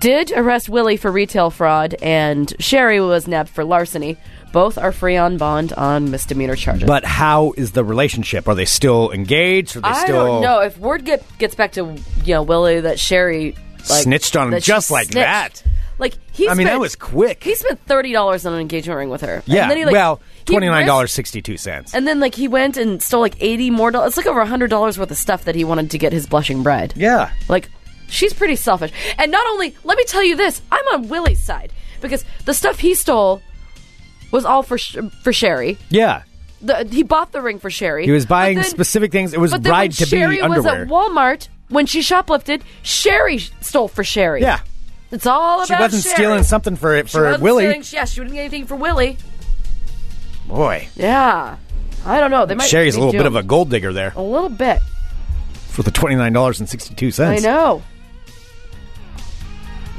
E: did arrest Willie for retail fraud, and Sherry was nabbed for larceny. Both are free on bond on misdemeanor charges.
F: But how is the relationship? Are they still engaged? Are they
E: I
F: still
E: don't know if word get, gets back to you know Willie that Sherry like,
F: Snitched on him
E: that she
F: just like
E: snitched.
F: that.
E: Like he,
F: I mean,
E: spent-
F: that was quick.
E: He spent thirty dollars on an engagement ring with her. And
F: Yeah.
E: then he, like,
F: well,
E: he
F: twenty nine dollars
E: risked-
F: sixty two cents.
E: And then like he went and stole like eighty more dollars. It's like over hundred dollars worth of stuff that he wanted to get his blushing bride.
F: Yeah.
E: Like, she's pretty selfish. And not only, let me tell you this, I'm on Willie's side because the stuff he stole was all for Sh- for Sherry.
F: Yeah.
E: The, he bought the ring for Sherry.
F: He was
E: But
F: buying
E: then-
F: specific things. It was
E: but then when
F: bride to be
E: Sherry was
F: underwear.
E: at Walmart when she shoplifted. Sherry sh- stole for Sherry.
F: Yeah.
E: it's all
F: She
E: about.
F: wasn't
E: Sherry.
F: stealing something for
E: She
F: for
E: wasn't
F: Willie.
E: stealing- yeah, she wouldn't get anything for Willie.
F: Boy,
E: Yeah, I don't know. They might
F: Sherry's a
E: be
F: little bit
E: doing-
F: of a gold digger there
E: a little bit.
F: for the twenty nine dollars and sixty two
E: I
F: cents.
E: know.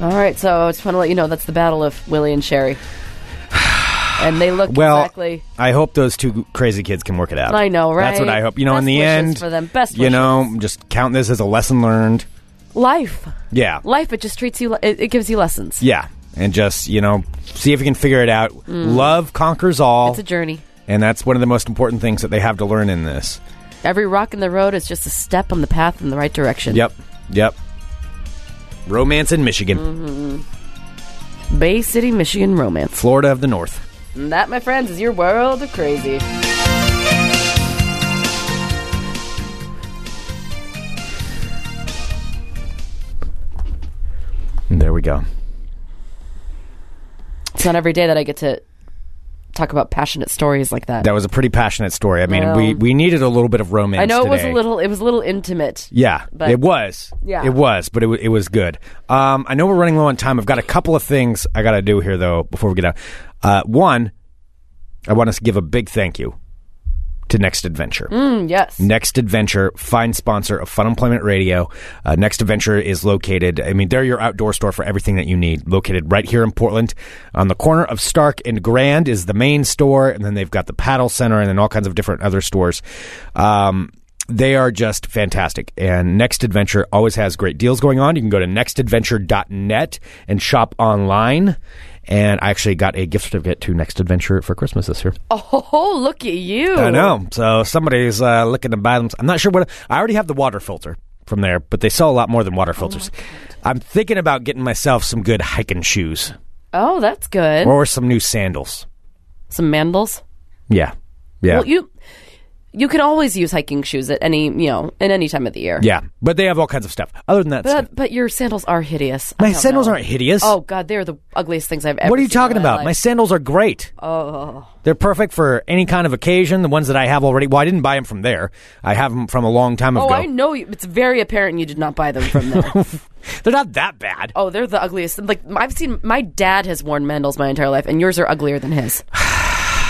E: All right, so I just want to let you know that's the battle of Willie and Sherry, and they look
F: Well,
E: exactly.
F: I hope those two crazy kids can work it out.
E: I know,
F: That's what
E: right?
F: I hope. You know,
E: Best
F: in the
E: wishes
F: end,
E: for them. Best
F: you know,
E: wishes.
F: just count this as a lesson learned.
E: Life,
F: Yeah,
E: life, it just treats you. li- It, it gives you lessons.
F: yeah, and just you know, see if you can figure it out. Love conquers
E: Mm.
F: all,
E: It's a journey.
F: and that's one of the most important things that they have to learn in this.
E: Every rock in the road is just a step on the path in the right direction.
F: Yep, yep. Romance in Michigan,
E: Mm-hmm. Bay City, Michigan romance.
F: Florida of the North.
E: And that, my friends, is your world of crazy.
F: There we go.
E: It's not every day that I get to talk about passionate stories like that.
F: That was a pretty passionate story. I mean,
E: Well.
F: we, we needed a little bit of romance.
E: I know it was a
F: today.
E: little. It was a little intimate.
F: Yeah,
E: But-
F: it was.
E: Yeah.
F: it was, but it, wa- it was good. Um, I know we're running low on time. I've got a couple of things I got to do here though before we get out. Uh, one, I want us to give a big thank you to Next Adventure.
E: Mm, yes.
F: Next Adventure, fine sponsor of Fun Employment Radio. Uh, Next Adventure is located, I mean, they're your outdoor store for everything that you need. Located right here in Portland. On the corner of Stark and Grand is the main store, and then they've got the Paddle Center and then all kinds of different other stores. Um, they are just fantastic. And Next Adventure always has great deals going on. You can go to nextadventure.net and shop online. And I actually got a gift certificate to Next Adventure for Christmas this year.
E: Oh, look at you.
F: I know. So somebody's uh, looking to buy them. I'm not sure what. I already have the water filter from there, but they sell a lot more than
E: Oh
F: water filters. I'm thinking about getting myself some good hiking shoes
E: Oh, that's good.
F: or some new sandals.
E: Some mandals.
F: Yeah, yeah,
E: Well, you you can always use hiking shoes at any you know in any time of the year.
F: yeah. But they have all kinds of stuff. Other than that, stuff.
E: But, uh, but your sandals are hideous. I
F: my
E: don't
F: sandals
E: know.
F: aren't hideous.
E: Oh God, they're the ugliest things I've ever.
F: What are you
E: seen in
F: talking
E: my
F: about?
E: life.
F: My sandals are great. Oh. They're perfect for any kind of occasion. The ones that I have already. Well, I didn't buy them from there. I have them from a long time
E: Oh,
F: ago.
E: I know. You, it's very apparent you did not buy them from there.
F: They're not that bad.
E: oh, they're the ugliest. Like I've seen. My dad has worn mandals my entire life, and yours are uglier than his.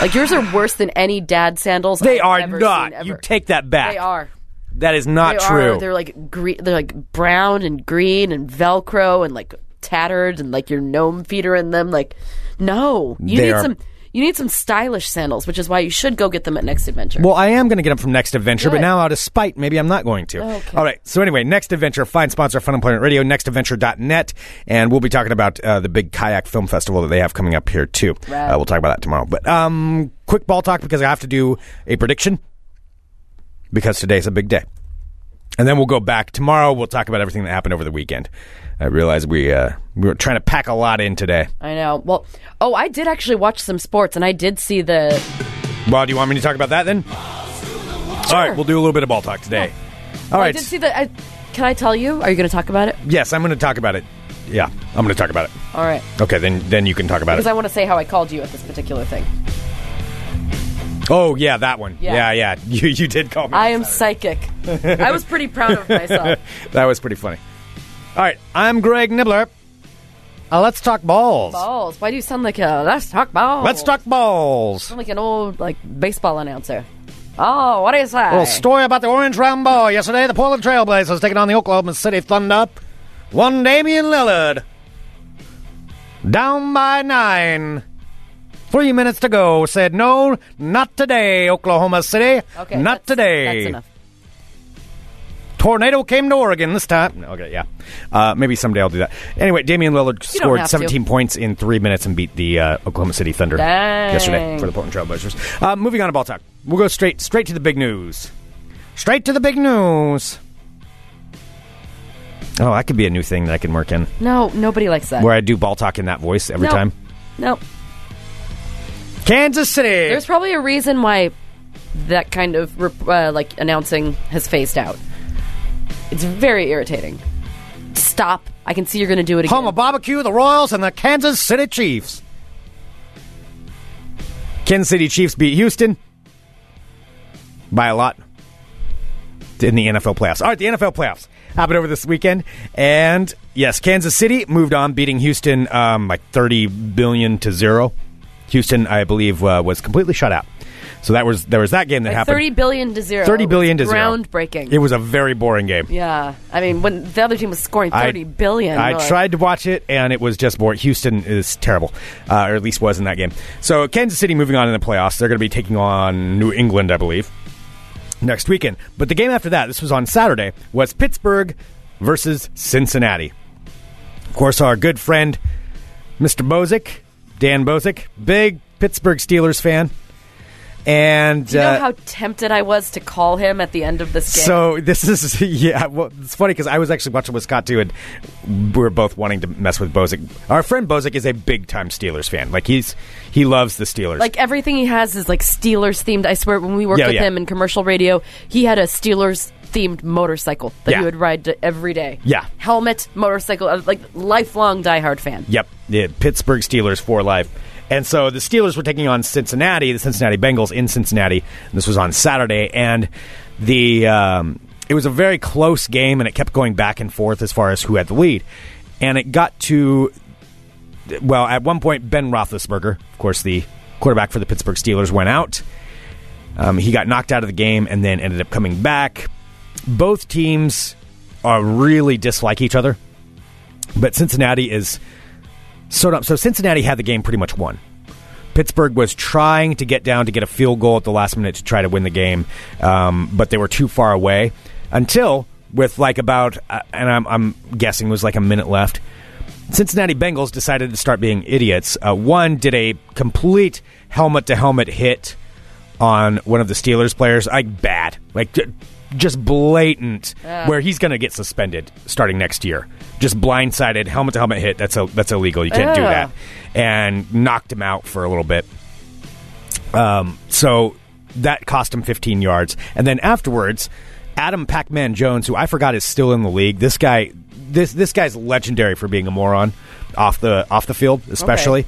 E: like yours are worse than any dad sandals.
F: They
E: I've
F: are
E: ever
F: not.
E: seen,
F: You
E: ever.
F: take that back.
E: They are.
F: That is not
E: they
F: true.
E: Are, they're like gre- they're like brown and green and Velcro and like tattered and like your gnome feet are in them. Like, no, you
F: They
E: need
F: are-
E: some. You need some stylish sandals, which is why you should go get them at Next Adventure.
F: Well, I am going to get them from Next Adventure, but
E: Good.
F: now out of spite, maybe I'm not going to. All right. So anyway, Next Adventure, fine sponsor, Fun Employment Radio, nextadventure.net, and we'll be talking about uh, the big kayak film festival that they have coming up here too. Uh, we'll talk about that tomorrow. But um, quick ball talk because I have to do a prediction because today's a big day. And then we'll go back tomorrow. We'll talk about everything that happened over the weekend. I realize we uh, we were trying to pack a lot in today.
E: I know. Well, oh, I did actually watch some sports, and I did see the.
F: Well, do you want me to talk about that then? All right, we'll do a little bit of ball talk today. All
E: Oh. I
F: right.
E: did see the. I, can I tell you? Are you going to talk about it?
F: Yes, I'm going to talk about it. Yeah, I'm going to talk about it.
E: All right,
F: Okay, then then you can talk about it.
E: because I want to say how I called you at this particular thing.
F: oh yeah, that one. Yeah,
E: Yeah.
F: yeah. You you did call me.
E: I am psychic. I was pretty proud of myself.
F: that was pretty funny. All right, I'm Greg Nibbler. Uh, let's talk balls.
E: Balls. Why do you sound like a let's talk balls?
F: Let's talk balls.
E: I'm like an old like baseball announcer. Oh, what is that?
F: little story about the Orange Round Ball yesterday. The Portland Trailblazers taking on the Oklahoma City Thunder. One Damian Lillard. Down by nine. Three minutes to go. Said, no, not today, Oklahoma City.
E: Okay, that's-
F: not today.
E: That's enough.
F: Tornado came to Oregon this time. No, Okay, yeah. Uh, maybe someday I'll do that. Anyway, Damian Lillard
E: You don't
F: scored
E: have to.
F: 17 points in three minutes and beat the uh, Oklahoma City Thunder
E: Dang.
F: yesterday for the Portland Trailblazers. Uh, moving on to ball talk. We'll go straight straight to the big news. Straight to the big news. Oh, that could be a new thing that I can work in,
E: No, nobody likes that.
F: where I do ball talk in that voice every
E: No.
F: time.
E: No,
F: Kansas City.
E: there's probably a reason why that kind of rep- uh, like announcing has phased out. It's very irritating. Stop! I can see you're going to do it again.
F: Home of barbecue, the Royals, and the Kansas City Chiefs. Kansas City Chiefs beat Houston by a lot in the NFL playoffs. All right, the NFL playoffs happened over this weekend, and yes, Kansas City moved on, beating Houston um, like thirty billion to zero. Houston, I believe, uh, was completely shut out. So that was there was that game that
E: Like
F: happened.
E: Thirty billion to zero.
F: 30 billion to zero.
E: Groundbreaking.
F: It was a very boring game.
E: yeah, I mean, when the other team was scoring
F: I-
E: thirty billion,
F: I,
E: we're like,
F: tried to watch it, and it was just boring. Houston is terrible, uh, or at least was in that game. So Kansas City moving on in the playoffs. They're going to be taking on New England, I believe, next weekend. But the game after that, this was on Saturday, was Pittsburgh versus Cincinnati. Of course, our good friend Mr. Bozick, Dan Bozick, big Pittsburgh Steelers fan, and.
E: You know
F: uh,
E: how tempted I was to call him at the end of this game.
F: so this is yeah. Well, it's funny because I was actually watching with Scott too, and we were both wanting to mess with Bozick. Our friend Bozick is a big time Steelers fan. Like he's he loves the Steelers.
E: Like everything he has is like Steelers themed. I swear, when we worked
F: Yeah,
E: with
F: yeah.
E: him in commercial radio, he had a Steelers themed motorcycle that
F: Yeah.
E: you would ride to every day.
F: Yeah.
E: helmet, motorcycle, uh, like lifelong diehard fan.
F: Yep, the Pittsburgh Steelers for life. And so the Steelers were taking on Cincinnati, the Cincinnati Bengals in Cincinnati. This was on Saturday, and the um, it was a very close game, and it kept going back and forth as far as who had the lead. And it got to well, at one point Ben Roethlisberger, of course, the quarterback for the Pittsburgh Steelers, went out. Um, he got knocked out of the game and then ended up coming back. Both teams are really dislike each other, but Cincinnati is so dumb. So Cincinnati had the game pretty much won. Pittsburgh was trying to get down to get a field goal at the last minute to try to win the game, um, but they were too far away until with like about uh, and I'm, I'm guessing it was like a minute left. Cincinnati Bengals decided to start being idiots. Uh, one did a complete helmet to helmet hit on one of the Steelers players. Like bad, like j- just blatant, where he's going to get suspended starting next year. Just blindsided, helmet to helmet hit. That's a, that's illegal. You can't do
E: Ugh.
F: that. And knocked him out for a little bit. Um, so that cost him 15 yards. And then afterwards, Adam Pac-Man Jones, who I forgot is still in the league. This guy, this this guy's legendary for being a moron off the off the field, especially.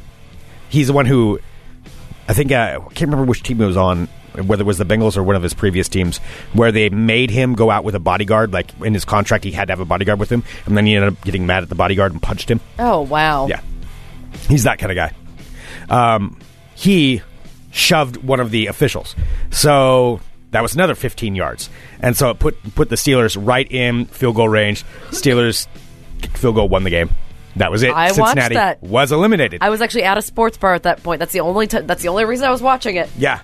F: He's the one who I think uh, I can't remember which team it was on, whether it was the Bengals or one of his previous teams, where they made him go out with a bodyguard. Like in his contract, he had to have a bodyguard with him, and then he ended up getting mad at the bodyguard and punched him.
E: Oh wow!
F: Yeah. He's that kind of guy. Um, he shoved one of the officials. So that was another 15 yards. And so it put put the Steelers right in field goal range. Steelers kicked field goal won the game. That was it.
E: I watched
F: Cincinnati
E: that.
F: was eliminated.
E: I was actually at a sports bar at that point. That's the only t- that's the only reason I was watching it.
F: yeah.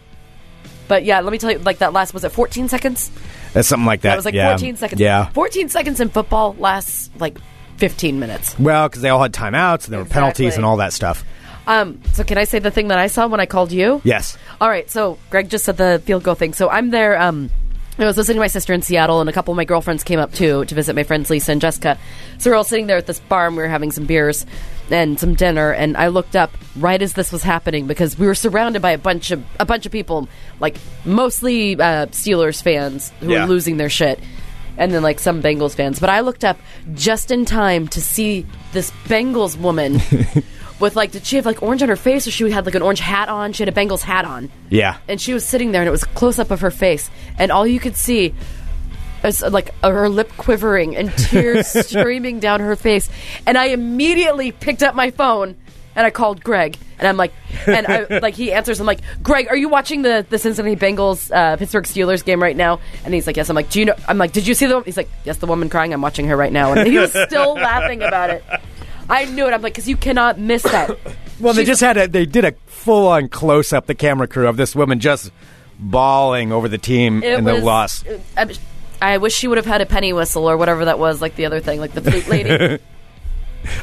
E: But yeah, let me tell you, like that last was it 14 seconds?
F: That's something like that.
E: That was like
F: yeah.
E: 14 seconds.
F: Yeah.
E: 14 seconds in football lasts like 15 minutes.
F: Well, because they all had timeouts and there were penalties
E: Exactly.
F: and all that stuff.
E: Um, so can I say the thing that I saw when I called you?
F: Yes.
E: All right. So Greg just said the field goal thing. So I'm there. Um, I was listening to my sister in Seattle, and a couple of my girlfriends came up too to visit my friends Lisa and Jessica. So we're all sitting there at this bar, and we were having some beers and some dinner. And I looked up right as this was happening because we were surrounded by a bunch of a bunch of people, like mostly uh, Steelers fans who
F: Yeah.
E: were losing their shit. And then, like some Bengals fans, but I looked up just in time to see this Bengals woman with like did she have like orange on her face or she had like an orange hat on she had a bengals hat on
F: Yeah.
E: and she was sitting there and it was a close-up of her face and all you could see is uh, like her lip quivering and tears streaming down her face and i immediately picked up my phone and i called greg and i'm like and i like he answers i'm like greg are you watching the the cincinnati bengals uh, pittsburgh steelers game right now and he's like yes i'm like do you know i'm like did you see the he's like yes the woman crying i'm watching her right now and he was still laughing about it i knew it i'm like because you cannot miss that
F: Well, they
E: She-
F: just had a they did a full on close up the camera crew of this woman just bawling over the team
E: it
F: and
E: was,
F: the loss.
E: I, I wish she would have had a penny whistle or whatever that was, like the other thing, like the flute lady.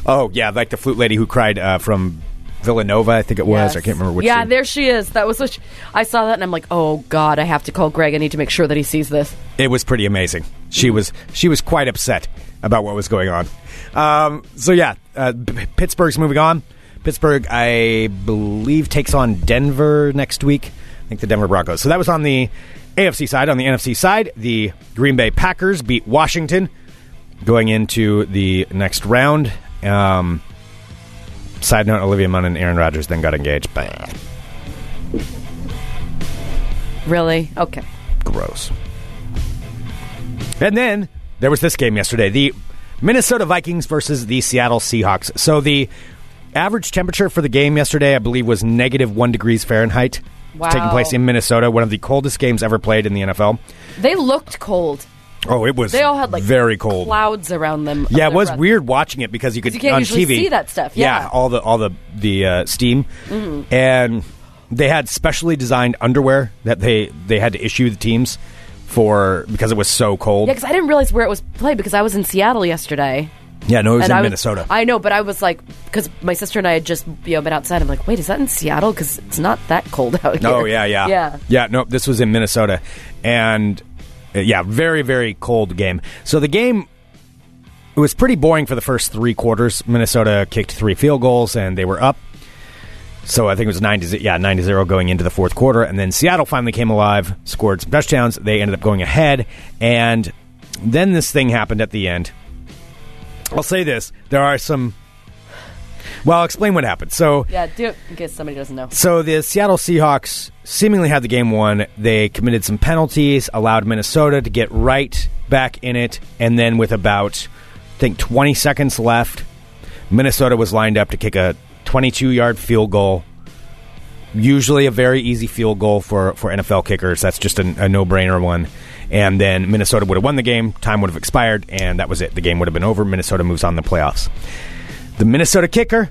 F: Oh yeah, like the flute lady who cried uh, from Villanova, I think it was. I can't remember which.
E: Yeah,
F: she-
E: there she is. That was what she, I saw that, and I'm like, oh god, I have to call Greg. I need to make sure that he sees this.
F: it was pretty amazing. She was she was quite upset about what was going on. Um, so yeah, uh, P- Pittsburgh's moving on. Pittsburgh, I believe, takes on Denver next week. I think the Denver Broncos. So that was on the AFC side. On the NFC side, the Green Bay Packers beat Washington going into the next round. Um, side note: Olivia Munn and Aaron Rodgers then got engaged. Bah,
E: Really? Okay.
F: gross. And then there was this game yesterday the Minnesota Vikings versus the Seattle Seahawks. So the average temperature for the game yesterday, I believe, was negative one degrees Fahrenheit. It's
E: Wow.
F: Taking place in Minnesota, one of the coldest games ever played in the NFL.
E: They looked cold.
F: Oh, it was
E: They all had like
F: very cold.
E: clouds around them. of
F: Yeah, it
E: their
F: was
E: breath.
F: weird watching it because you could
E: you can't
F: on
E: usually
F: TV
E: see that stuff, yeah. Mm-hmm.
F: all the all the the uh, steam, and they had specially designed underwear that they they had to issue the teams for because it was so cold.
E: Yeah, because I didn't realize where it was played because I was in Seattle yesterday.
F: Yeah, no, it was in
E: I was-
F: Minnesota.
E: I know, but I was like, because my sister and I had just you know been outside. I'm like, wait, is that in Seattle? Because it's not that cold out here.
F: oh yeah, yeah,
E: yeah.
F: yeah. No, this was in Minnesota, and uh, yeah, very very cold game. So the game. It was pretty boring for the first three quarters. Minnesota kicked three field goals and they were up. So I think it was nine to zero, yeah nine to zero going into the fourth quarter, and then Seattle finally came alive, scored some touchdowns. They ended up going ahead, and Then this thing happened at the end. I'll say this: there are some. Well, I'll explain what happened. So,
E: Yeah, do it in case somebody doesn't know.
F: so the Seattle Seahawks seemingly had the game won. They committed some penalties, allowed Minnesota to get right back in it, and then with about I think 20 seconds left, Minnesota was lined up to kick a 22-yard field goal. Usually a very easy field goal for for NFL kickers. That's just a, a no-brainer one. And then Minnesota would have won the game. Time would have expired, and that was it. The game would have been over. Minnesota moves on to the playoffs. The Minnesota kicker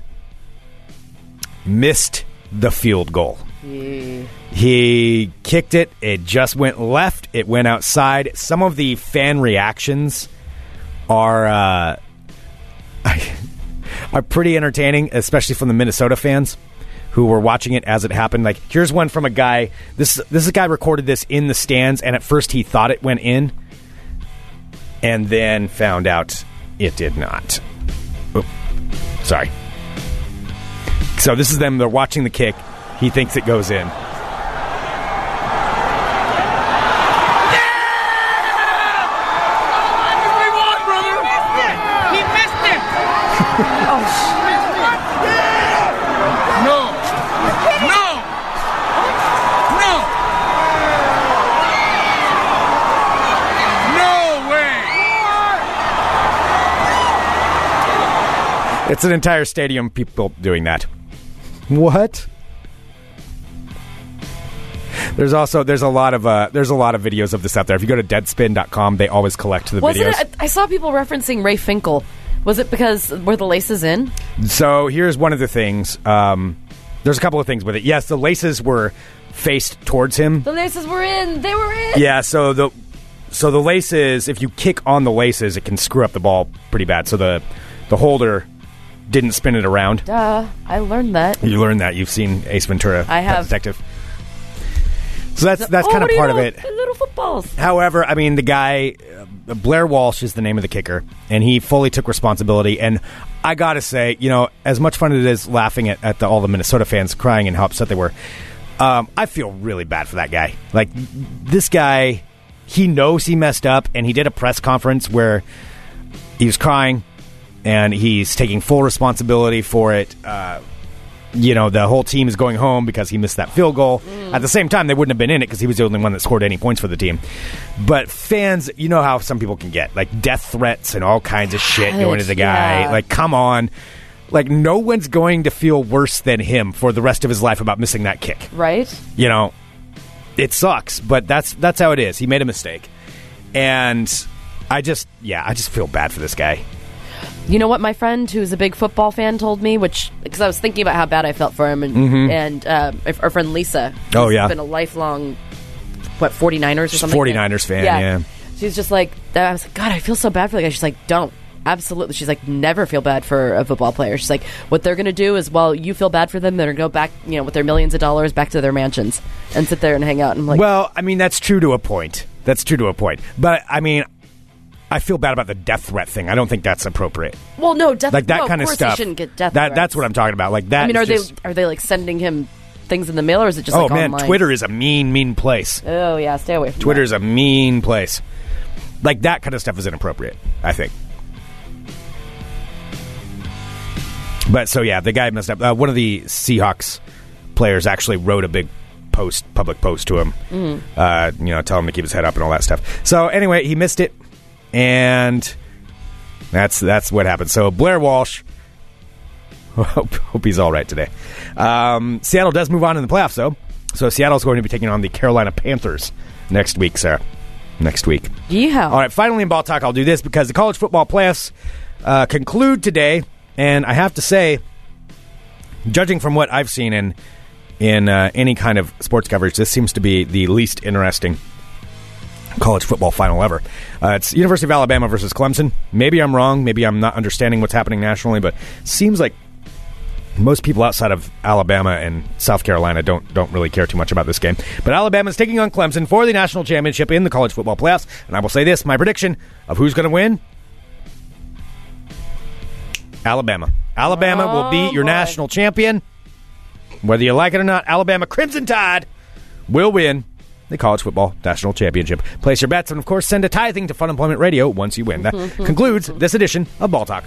F: missed the field goal. He kicked it. It just went left. It went outside. Some of the fan reactions are uh, are pretty entertaining, especially from the Minnesota fans who were watching it as it happened. Like, here's one from a guy. This this guy recorded this in the stands, and at first he thought it went in, and then found out it did not. Oop. Sorry. So this is them. They're watching the kick. He thinks it goes in.
G: He missed it! No! No! No! No way!
F: It's an entire stadium of people doing that. What? There's also there's a lot of uh, there's a lot of videos of this out there. If you go to deadspin.com, they always collect the
E: Wasn't
F: videos.
E: it? I I saw people referencing Ray Finkel. Was it because were the laces in?
F: So here's one of the things. Um, there's a couple of things with it. Yes, the laces were faced towards him.
E: The laces were in. They were in.
F: Yeah, so the so the laces, if you kick on the laces, it can screw up the ball pretty bad. So the the holder didn't spin it around.
E: Duh. I learned that.
F: You learned that. You've seen Ace Ventura.
E: I
F: Pet
E: have.
F: Detective. So that's that's
E: Oh, what
F: kind of
E: do you
F: part of
E: know?
F: it.
E: The Little footballs.
F: However, I mean the guy uh, Blair Walsh is the name of the kicker, and he fully took responsibility. And I gotta say, you know, as much fun it is laughing at, at the, all the Minnesota fans crying and how upset they were, um, I feel really bad for that guy. Like this guy, he knows he messed up, and he did a press conference where he was crying and he's taking full responsibility for it. Uh, you know, the whole team is going home because he missed that field goal. At the same time, they wouldn't have been in it because he was the only one that scored any points for the team. But fans, you know how some people can get like death threats and all kinds of shit going to the guy.
E: yeah.
F: Like, come on. Like, no one's going to feel worse than him for the rest of his life about missing that kick
E: Right.
F: you know, it sucks, but that's that's how it is. He made a mistake, and I just yeah, I just feel bad for this guy.
E: You know what my friend, who's a big football fan, told me, which because I was thinking about how bad I felt for him, and and uh, if- our friend Lisa, who's
F: Mm-hmm. Oh, yeah.
E: been a lifelong what 49ers or
F: She's
E: something,
F: 49ers fan, yeah.
E: she's just like I was like, God, I feel so bad for the guy. She's like, don't. Absolutely. She's like, never feel bad for a football player. She's like, what they're going to do is, well, you feel bad for them. They're going to go back, you know, with their millions of dollars back to their mansions and sit there and hang out. And like,
F: well, I mean that's true to a point. That's true to a point, but I mean. I feel bad about the death threat thing. I don't think that's appropriate.
E: well, no, death,
F: Like that
E: no,
F: kind
E: of
F: of
E: course
F: stuff.
E: They shouldn't get death.
F: That, that's what I'm talking about. Like that.
E: I mean, are
F: is just-
E: they are they like sending him things in the mail, or is it just
F: oh
E: like
F: man,
E: online?
F: Twitter is a mean, mean place.
E: Oh yeah, stay away. From
F: Twitter is a mean place. Like that kind of stuff is inappropriate, I think. But so yeah, the guy messed up. Uh, one of the Seahawks players actually wrote a big post, public post to him. Uh, you know, tell him to keep his head up and all that stuff. So anyway, he missed it, and that's that's what happened. So Blair Walsh. Hope, hope he's all right today. Um, Seattle does move on in the playoffs, though. So Seattle's going to be taking on the Carolina Panthers next week, Sarah. Next week.
E: that. Yeehaw.
F: All right, finally in ball talk, I'll do this because the college football playoffs uh, conclude today, and I have to say, judging from what I've seen in in uh, any kind of sports coverage, this seems to be the least interesting college football final ever. Uh, it's University of Alabama versus Clemson. Maybe I'm wrong. Maybe I'm not understanding what's happening nationally, but seems like most people outside of Alabama and South Carolina don't don't really care too much about this game. But Alabama's taking on Clemson for the national championship in the college football playoffs. And I will say this: my prediction of who's going to win. Alabama. Alabama will be your national champion. Whether you like it or not, Alabama Crimson Tide will win. the college football national championship. Place your bets and, of course, send a tithing to Fun Employment Radio once you win. That concludes this edition of Ball Talk.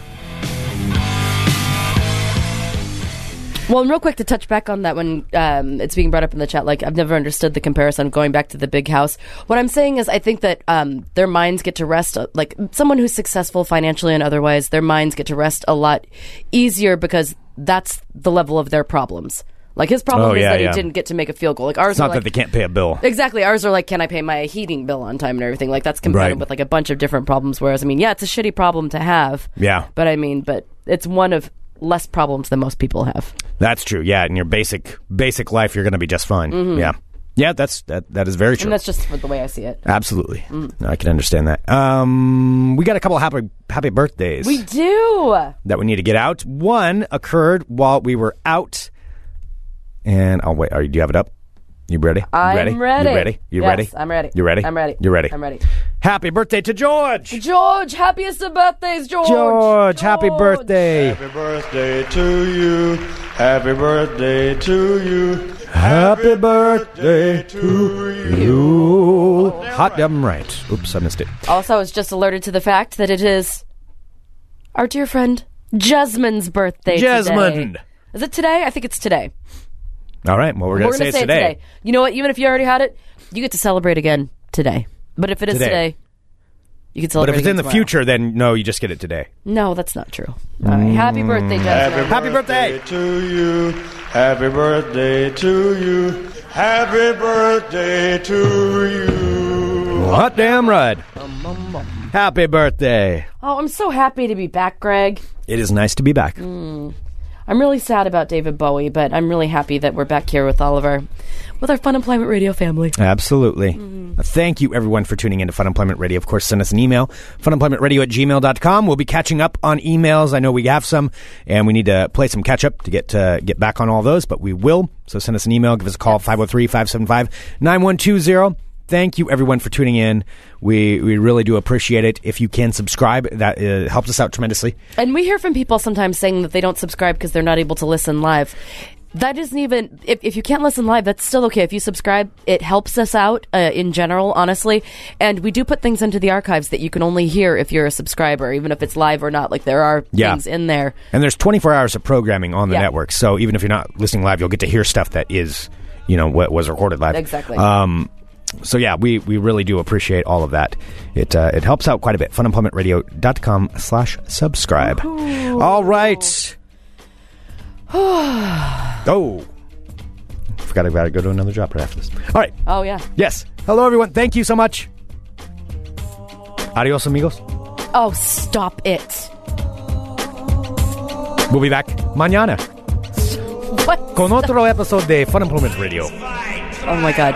E: Well, and real quick to touch back on that when um, it's being brought up in the chat, like I've never understood the comparison of going back to the big house. What I'm saying is, I think that um, their minds get to rest, uh, like someone who's successful financially and otherwise, their minds get to rest a lot easier because that's the level of their problems. Like his problem
F: Oh,
E: is
F: yeah,
E: that
F: yeah.
E: he didn't get to make a field goal. Like ours,
F: It's not
E: are like,
F: that they can't pay a bill.
E: Exactly. Ours are like, can I pay my heating bill on time and everything? Like that's compounded
F: Right.
E: with like a bunch of different problems. Whereas, I mean, yeah, it's a shitty problem to have.
F: Yeah.
E: But I mean, but it's one of less problems than most people have.
F: That's true. Yeah, in your basic basic life, you're going to be just fine. Yeah, yeah. That's that. That is very true.
E: Mm-hmm. And that's Mm. just the way I see it.
F: Absolutely. No, I can understand that. Um, we got a couple of happy happy birthdays
E: We do.
F: that we need to get out. One occurred while we were out, and oh wait, are you, do you have it up? You ready?
E: I'm
F: you ready?
E: ready.
F: You ready? You
E: Yes,
F: ready?
E: I'm ready.
F: You ready?
E: I'm ready.
F: You ready?
E: I'm ready.
F: Happy birthday to George.
E: George, happiest of birthdays, George.
F: George, happy birthday.
H: Happy birthday to you. Happy birthday to you.
F: Happy birthday
H: to
F: you. Hot damn right. Oops, I missed it.
E: Also, I was just alerted to the fact that it is our dear friend Jasmine's birthday.
F: Jasmine.
E: today. Is it today? I think it's today.
F: All right. Well, we're
E: We're
F: going to
E: gonna
F: say, it
E: it today. You know what? Even if you already had it, you get to celebrate again today. But if it is
F: Today.
E: today, you can
F: But
E: celebrate.
F: if it's in
E: again
F: the
E: tomorrow.
F: future, then no, you just get it today.
E: no, that's not true. All right. Happy birthday, Jasmine.
F: Happy birthday.
H: to you. Happy birthday to you. Happy birthday to you.
F: Hot damn right. Happy birthday.
E: Oh, I'm so happy to be back, Greg.
F: It is nice to be back.
E: I'm really sad about David Bowie, but I'm really happy that we're back here with all of our with our Fun Employment Radio family.
F: Absolutely. Thank you, everyone, for tuning in to Fun Employment Radio. Of course, send us an email, funemploymentradio at gmail.com. We'll be catching up on emails. I know we have some, and we need to play some catch up to get uh, get back on all those, but we will. So send us an email, give us a call, 503 575 9120. Thank you, everyone, for tuning in. We, we really do appreciate it. If you can subscribe, that uh, helps us out tremendously.
E: And we hear from people sometimes saying that they don't subscribe because they're not able to listen live. That isn't even, if, if you can't listen live, that's still okay. If you subscribe, it helps us out uh, in general, honestly. And we do put things into the archives that you can only hear if you're a subscriber, even if it's live or not. Like there are
F: Yeah.
E: things in there.
F: And there's 24 hours of programming on the
E: Yeah.
F: network, so even if you're not listening live, you'll get to hear stuff that is, you know, what was recorded live.
E: Exactly.
F: Um, so yeah, we, we really do appreciate all of that. It uh, it helps out quite a bit. Funemploymentradio.com slash subscribe. All right. oh. Forgot I gotta go to another job right after this. All right.
E: Oh, yeah.
F: Yes. Hello everyone. Thank you so much. Adios amigos.
E: Oh, stop it.
F: We'll be back mañana
E: What?
F: con otro episode de Fun Employment Radio.
E: Oh, my God.